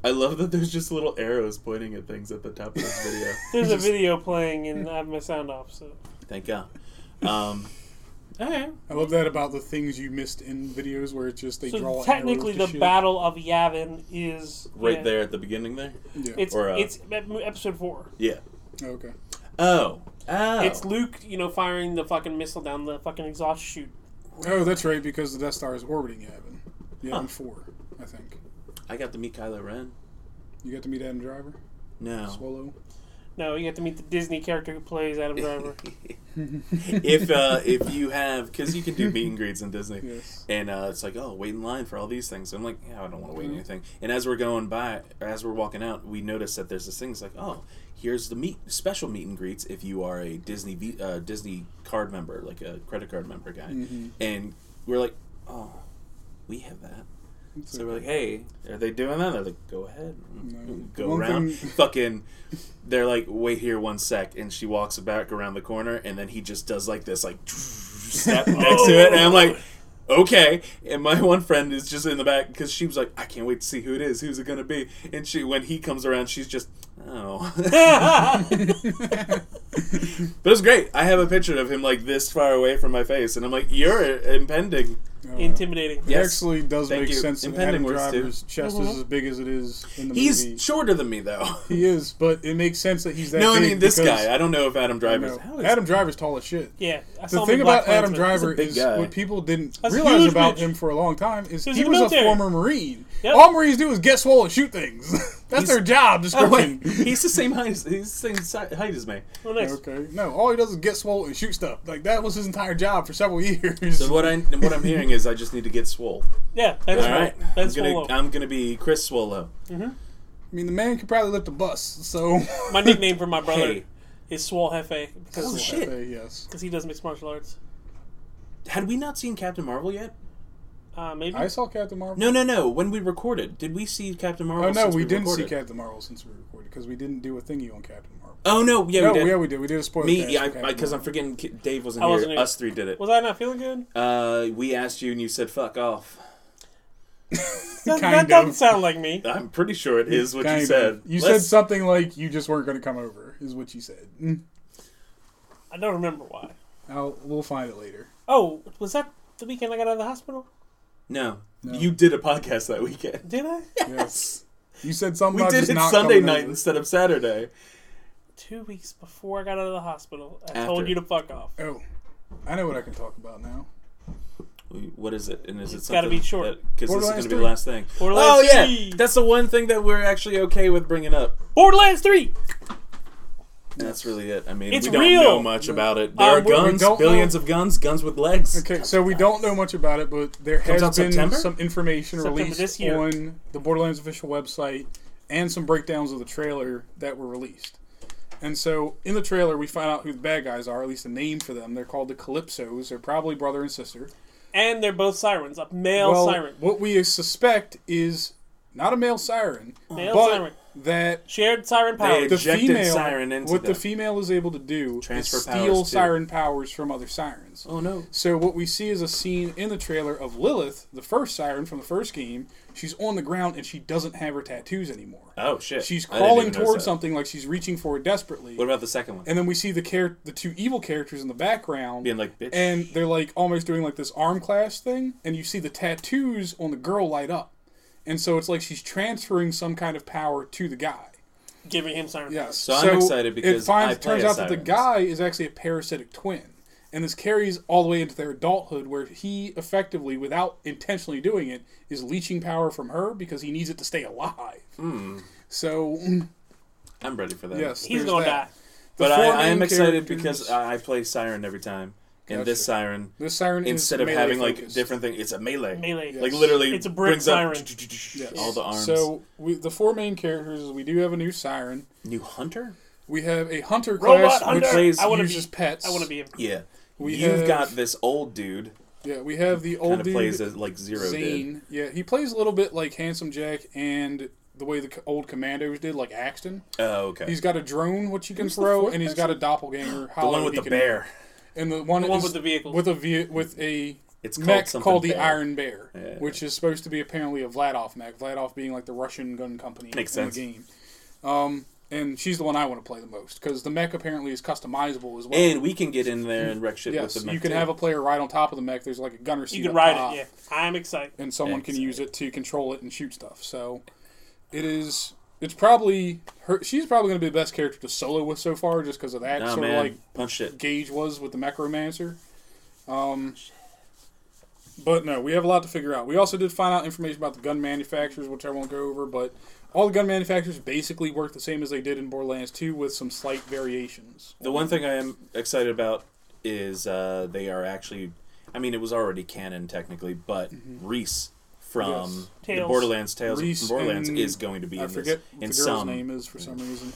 S2: I love that there's just little arrows pointing at things at the top of this video.
S1: There's a video playing, and I have my sound off. So
S2: Thank God. Um, all right.
S3: I love that about the things you missed in videos where it's just they
S1: So
S3: draw.
S1: technically, the
S3: arrows to shit.
S1: Battle of Yavin is
S2: Right
S1: yeah,
S2: there at the beginning there.
S3: Yeah.
S1: It's
S2: Or, uh,
S1: it's ep- episode four.
S2: Yeah.
S3: okay.
S2: Oh. Oh.
S1: It's Luke, you know, firing the fucking missile down the fucking exhaust chute.
S3: Oh, that's right, because the Death Star is orbiting Yavin. Yavin Four, I think.
S2: I got to meet Kylo Ren.
S3: You got to meet Adam Driver,
S2: No.
S3: Swallow.
S1: No, you have to meet the Disney character who plays Adam Driver.
S2: if uh, if you have, because you can do meet and greets in Disney.
S3: Yes.
S2: And uh, it's like, oh, wait in line for all these things. I'm like, yeah, I don't want to wait anything. And as we're going by, or as we're walking out, we notice that there's this thing. It's like, oh, here's the meet special meet and greets if you are a Disney V- uh, Disney card
S3: Mm-hmm.
S2: member, like a credit card member guy. And we're like, oh, we have that. So we're like, hey, are they doing that? They're like, go ahead,
S3: No.
S2: go
S3: One
S2: around.
S3: thing-
S2: Fucking, they're like, wait here one sec, and she walks back around the corner, and then he just does like this, like snap next to it, and I'm like,
S3: Oh.
S2: okay. And my one friend is just in the back because she was like, I can't wait to see who it is. Who's it gonna be? And she, when he comes around, she's just, oh. but it was great. I have a picture of him like this far away from my face, and I'm like, you're impending.
S1: Intimidating.
S3: It
S2: Yes.
S3: actually does
S2: Thank
S3: make
S2: you.
S3: sense that
S2: Impending
S3: Adam
S2: works, too. Mm-hmm.
S3: Driver's chest is as big as it is in the movie.
S2: He's shorter than me though.
S3: He is, but it makes sense that he's that
S2: No, I
S3: big
S2: mean this
S3: because-
S2: guy. I don't know if Adam
S3: I
S2: Driver's.
S3: know.
S2: how is-
S3: Adam Driver's tall as shit.
S1: Yeah. I saw
S3: The
S1: him
S3: thing
S1: in Black
S3: about Adam
S1: Klansman.
S3: Driver
S2: big
S3: is
S2: guy.
S3: what people didn't
S1: That's a
S3: realize
S1: huge
S3: about
S1: bitch.
S3: him for a long time is
S1: He was in the
S3: he, was a
S1: military.
S3: former Marine.
S1: Yep.
S3: All Marines do is guess, roll, and shoot things. That's their job
S2: Oh, wait.
S3: description.
S2: He's the same height. as- He's the same si- height as me.
S1: Oh, nice.
S3: Okay. No, all he does is get swole and shoot stuff. Like that was his entire job for several years.
S2: So what I what I'm hearing is I just need to get swole.
S1: Yeah, that's
S2: All right,
S1: right. That's
S2: I'm gonna
S1: Swallow.
S2: I'm gonna be Chris Swolo.
S3: I mean, the man could probably lift a bus. So
S1: My nickname for my brother
S2: Hey.
S1: is Swole Hefe because
S2: Oh, shit.
S3: Say yes.
S1: because he does mixed martial arts.
S2: Had we not seen Captain Marvel yet?
S1: Uh, maybe
S3: I saw Captain Marvel.
S2: No, no, no. When we recorded, did we see Captain Marvel?
S3: Oh no,
S2: since
S3: we, didn't
S2: recorded?
S3: see Captain Marvel since we recorded because we didn't do a thingy on Captain Marvel.
S2: Oh no, yeah,
S3: no,
S2: we did.
S3: yeah, we did. We did a spoiler.
S2: me,
S3: cast
S2: yeah,
S3: for Captain
S2: because I'm
S3: Marvel.
S2: forgetting K- Dave wasn't
S1: I
S2: here.
S1: wasn't here.
S2: Us three did it.
S1: was I not feeling good?
S2: Uh, we asked you and you said fuck off.
S1: That,
S3: Kind
S1: that doesn't
S3: of.
S1: sound like me.
S2: I'm pretty sure it is what
S3: Kind
S2: you
S3: of.
S2: said.
S3: You
S2: Let's-
S3: said something like you just weren't going to come over. Is what you said. Mm.
S1: I don't remember why.
S3: I'll, we'll find it later.
S1: Oh, was that the weekend I got out of the hospital?
S2: No. You did a podcast that weekend.
S1: Did I?
S3: Yes. You said something.
S2: We
S3: about
S2: did
S3: just
S2: it
S3: not
S2: Sunday
S3: coming
S2: night
S3: over.
S2: instead of Saturday.
S1: Two weeks before I got out of the hospital, I
S2: After.
S1: told you to fuck off.
S3: Oh, I know what I can talk about now.
S2: What is it? And is it
S1: gotta
S2: something?
S1: be short.
S2: Because this is going
S3: Borderlands
S2: to be the
S3: three.
S2: last thing.
S1: Borderlands
S2: oh, yeah.
S1: three.
S2: That's the one thing that we're actually okay with bringing up.
S1: Borderlands Three.
S2: That's really it. I mean,
S1: It's
S2: we don't
S1: real.
S2: know much about it. There
S1: Um,
S2: are
S1: we- we
S2: guns,
S3: Uh, don't
S2: billions of guns, guns with legs.
S3: Okay, so we don't know much about it, but there has been
S2: out September?
S3: some information
S1: September
S3: released
S1: this year.
S3: on the Borderlands official website and some breakdowns of the trailer that were released. And so in the trailer, we find out who the bad guys are, at least a name for them. They're called the Calypsos. They're probably brother and sister.
S1: And they're both sirens, a male
S3: well,
S1: siren,
S3: what we suspect is not a male siren,
S1: Male
S3: but
S1: siren.
S3: that
S1: shared siren power.
S2: They-
S3: the
S2: Injected
S3: female,
S2: siren into
S3: what
S2: them.
S3: the female is able to do
S2: Transfer
S3: is
S2: powers,
S3: steal
S2: too.
S3: siren powers from other sirens.
S2: Oh, no.
S3: So what we see is a scene in the trailer of Lilith, the first siren from the first game. She's on the ground and she doesn't have her tattoos anymore.
S2: Oh, shit.
S3: She's
S2: I didn't even
S3: crawling
S2: notice
S3: towards
S2: that.
S3: something like she's reaching for it desperately.
S2: What about the second one?
S3: and then we see the char- the two evil characters in the background
S2: Being like, bitch.
S3: and they're like almost doing like this arm clash thing and you see the tattoos on the girl light up. And so it's like she's transferring some kind of power to the guy.
S1: giving him siren.
S3: Yes.
S2: So I'm excited because
S3: it finds,
S2: I play
S3: turns
S2: as
S3: out that the
S2: Sirens.
S3: guy is actually a parasitic twin, and this carries all the way into their adulthood, where he effectively, without intentionally doing it, is leeching power from her because he needs it to stay alive.
S2: Hmm.
S3: So mm,
S2: I'm ready for that.
S3: yes,
S1: he's
S3: there's
S1: gonna
S3: that.
S1: die.
S3: The
S2: But
S3: four
S2: I, I am
S3: main
S2: excited
S3: characters-
S2: because I, I play Siren every time. And this
S3: Gotcha.
S2: Siren,
S3: this siren is
S2: instead of
S3: melee
S2: having like
S3: focused.
S2: different things, it's a melee.
S1: Melee.
S2: Like
S3: Yes.
S2: literally,
S1: It's a brick
S2: brings up
S1: siren.
S3: Yes.
S2: all the arms.
S3: So we, the four main characters is we do have a new siren.
S2: New hunter?
S3: We have a hunter
S1: Robot
S3: class
S1: Hunter.
S3: which
S2: plays-
S1: I want to
S3: uses
S1: be.
S3: pets.
S1: I want to be him.
S2: Yeah.
S3: We
S2: You've
S3: have-
S2: got this old dude
S3: Yeah, we have the old
S2: kind of
S3: dude
S2: plays as like Zero did.
S3: Zane. Yeah, he plays a little bit like Handsome Jack and the way the c- old Commandos did, like Axton.
S2: Oh, okay.
S3: He's got a drone which you can
S2: Who's the
S3: throw,
S2: fourth
S3: and he's got a doppelganger.
S2: the one with the bear.
S3: and the one,
S1: The one
S3: is
S1: with the vehicles.
S3: with a ve- with a
S2: It's called
S3: mech
S2: something
S3: called the
S2: bear.
S3: Iron Bear,
S2: Yeah.
S3: which is supposed to be apparently a Vladov mech. Vladov being like the Russian gun company
S2: Makes
S3: in
S2: sense.
S3: the game. Um, and she's the one I want to play the most because the mech apparently is customizable as well.
S2: And we can get in there and wreck shit
S3: yes,
S2: with the mech
S3: you can
S2: too.
S3: have a player ride on top of the mech. There's like a gunner seat.
S1: You can
S3: up
S1: ride
S3: top.
S1: it. Yeah, I'm excited.
S3: and someone can
S2: Exactly.
S3: use it to control it and shoot stuff. So it is. It's probably her. She's probably going to be the best character to solo with so far, just because of that
S2: Nah,
S3: sort
S2: man.
S3: of like
S2: Punch it.
S3: Gage was with the Macromancer. Um, but no, we have a lot to figure out. We also did find out information about the gun manufacturers, which I won't go over. But all the gun manufacturers basically work the same as they did in Borderlands 2, with some slight variations.
S2: The one thing I am excited about is uh, they are actually. I mean, it was already canon technically, but Reese
S3: Yes.
S2: from the
S1: Tales.
S2: Borderlands Tales
S3: Reese
S2: from Borderlands
S3: and-
S2: is going to be
S3: I
S2: in this.
S3: forget what the
S2: In
S3: girl's
S2: some,
S3: name is for some reason.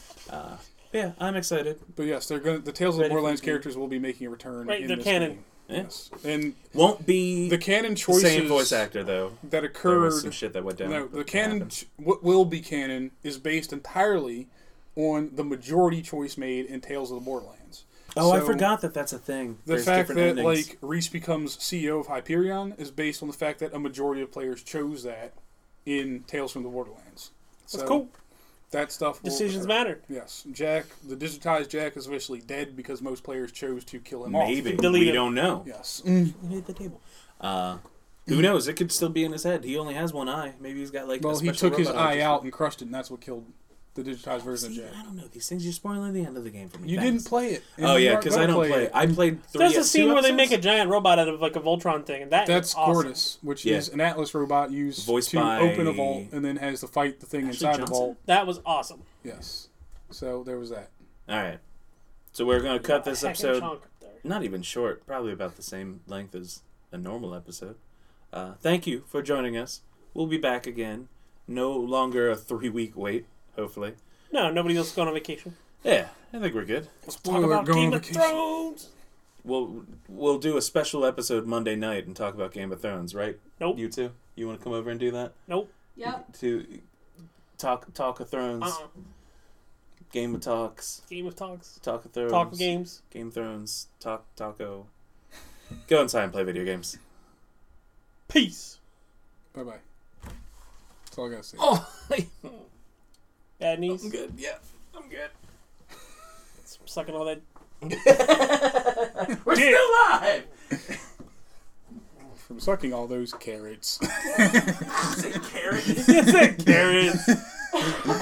S2: yeah, I'm excited.
S3: But yes, they're going. to The Tales of
S2: Ready
S3: the
S2: for
S3: Borderlands
S2: the-
S3: characters will be making a return.
S1: Right,
S3: in
S1: they're
S3: this
S1: canon.
S3: game. Yes. And
S2: Won't be
S3: the
S2: the
S3: canon choices
S2: same voice actor though.
S3: that
S2: There
S3: occurred
S2: was some shit that went down.
S3: No, the
S2: that
S3: canon,
S2: happened.
S3: what will be canon, is based entirely on the majority choice made in Tales of the Borderlands.
S2: Oh, I
S3: So,
S2: forgot that that's a thing.
S3: The
S2: There's
S3: fact that
S2: different endings.
S3: like Reese becomes CEO of Hyperion is based on the fact that a majority of players chose that in Tales from the Borderlands.
S1: That's
S3: So
S1: cool.
S3: That stuff. will
S1: Decisions
S3: occur.
S1: matter.
S3: Yes, Jack, the digitized Jack is officially dead because most players chose to kill him
S2: maybe
S3: off.
S1: Delete
S2: we
S1: it.
S2: don't know.
S3: Yes.
S1: You hit the table.
S2: Uh, who knows? It could still be in his head. He only has one eye. Maybe he's got like. a
S3: Well, he
S2: special
S3: took his
S2: robot
S3: eye
S2: just-
S3: out and crushed it, and that's what killed the digitized version of
S2: See,
S3: Jack.
S2: I don't know these things. You're spoiling the end of the game for me.
S3: You
S2: Thanks.
S3: didn't play it. and
S2: Oh
S3: you
S2: yeah,
S3: aren't
S2: because I
S3: gonna
S2: don't play.
S3: it.
S2: it. I played three. e-
S1: There's
S2: two
S1: a scene where they make a
S2: episodes?
S1: giant robot out of like a Voltron thing, and that
S3: That's
S1: is awesome.
S3: Cordis, which
S2: Yeah.
S3: is an Atlas robot used
S2: Voiced
S3: to
S2: by-
S3: open a vault and then has to fight the thing
S2: Ashley
S3: inside the
S2: Johnson?
S3: vault.
S1: That was awesome.
S3: Yes. So there was that.
S2: All right, so we're gonna cut this
S1: Heck of a
S2: episode.
S1: chunk up there.
S2: Not even short. Probably about the same length as a normal episode. Uh, thank you for joining us. We'll be back again. No longer a three week wait. Hopefully.
S1: No, nobody else is going on vacation.
S2: Yeah, I think we're good.
S1: Let's
S3: Spoiler,
S1: talk about
S3: go on
S1: Game of
S3: vacation.
S1: Thrones.
S2: We'll we'll do a special episode Monday night and talk about Game of Thrones, right?
S1: Nope.
S2: You two, you want to come over and do that
S1: Nope.
S5: Yep.
S2: to talk talk of Thrones,
S1: Uh-uh.
S2: Game of Talks,
S1: Game of Talks.
S2: Talk of Thrones,
S1: Talk of games.
S2: Game of Thrones, Talk Taco. Go inside and play video games.
S1: Peace.
S3: Bye bye. That's all I gotta say.
S2: Oh,
S1: Bad knees.
S2: good. Yeah, I'm good.
S1: Sucking all that.
S2: We're still live.
S3: From sucking all those carrots.
S2: Carrot.
S1: Carrots.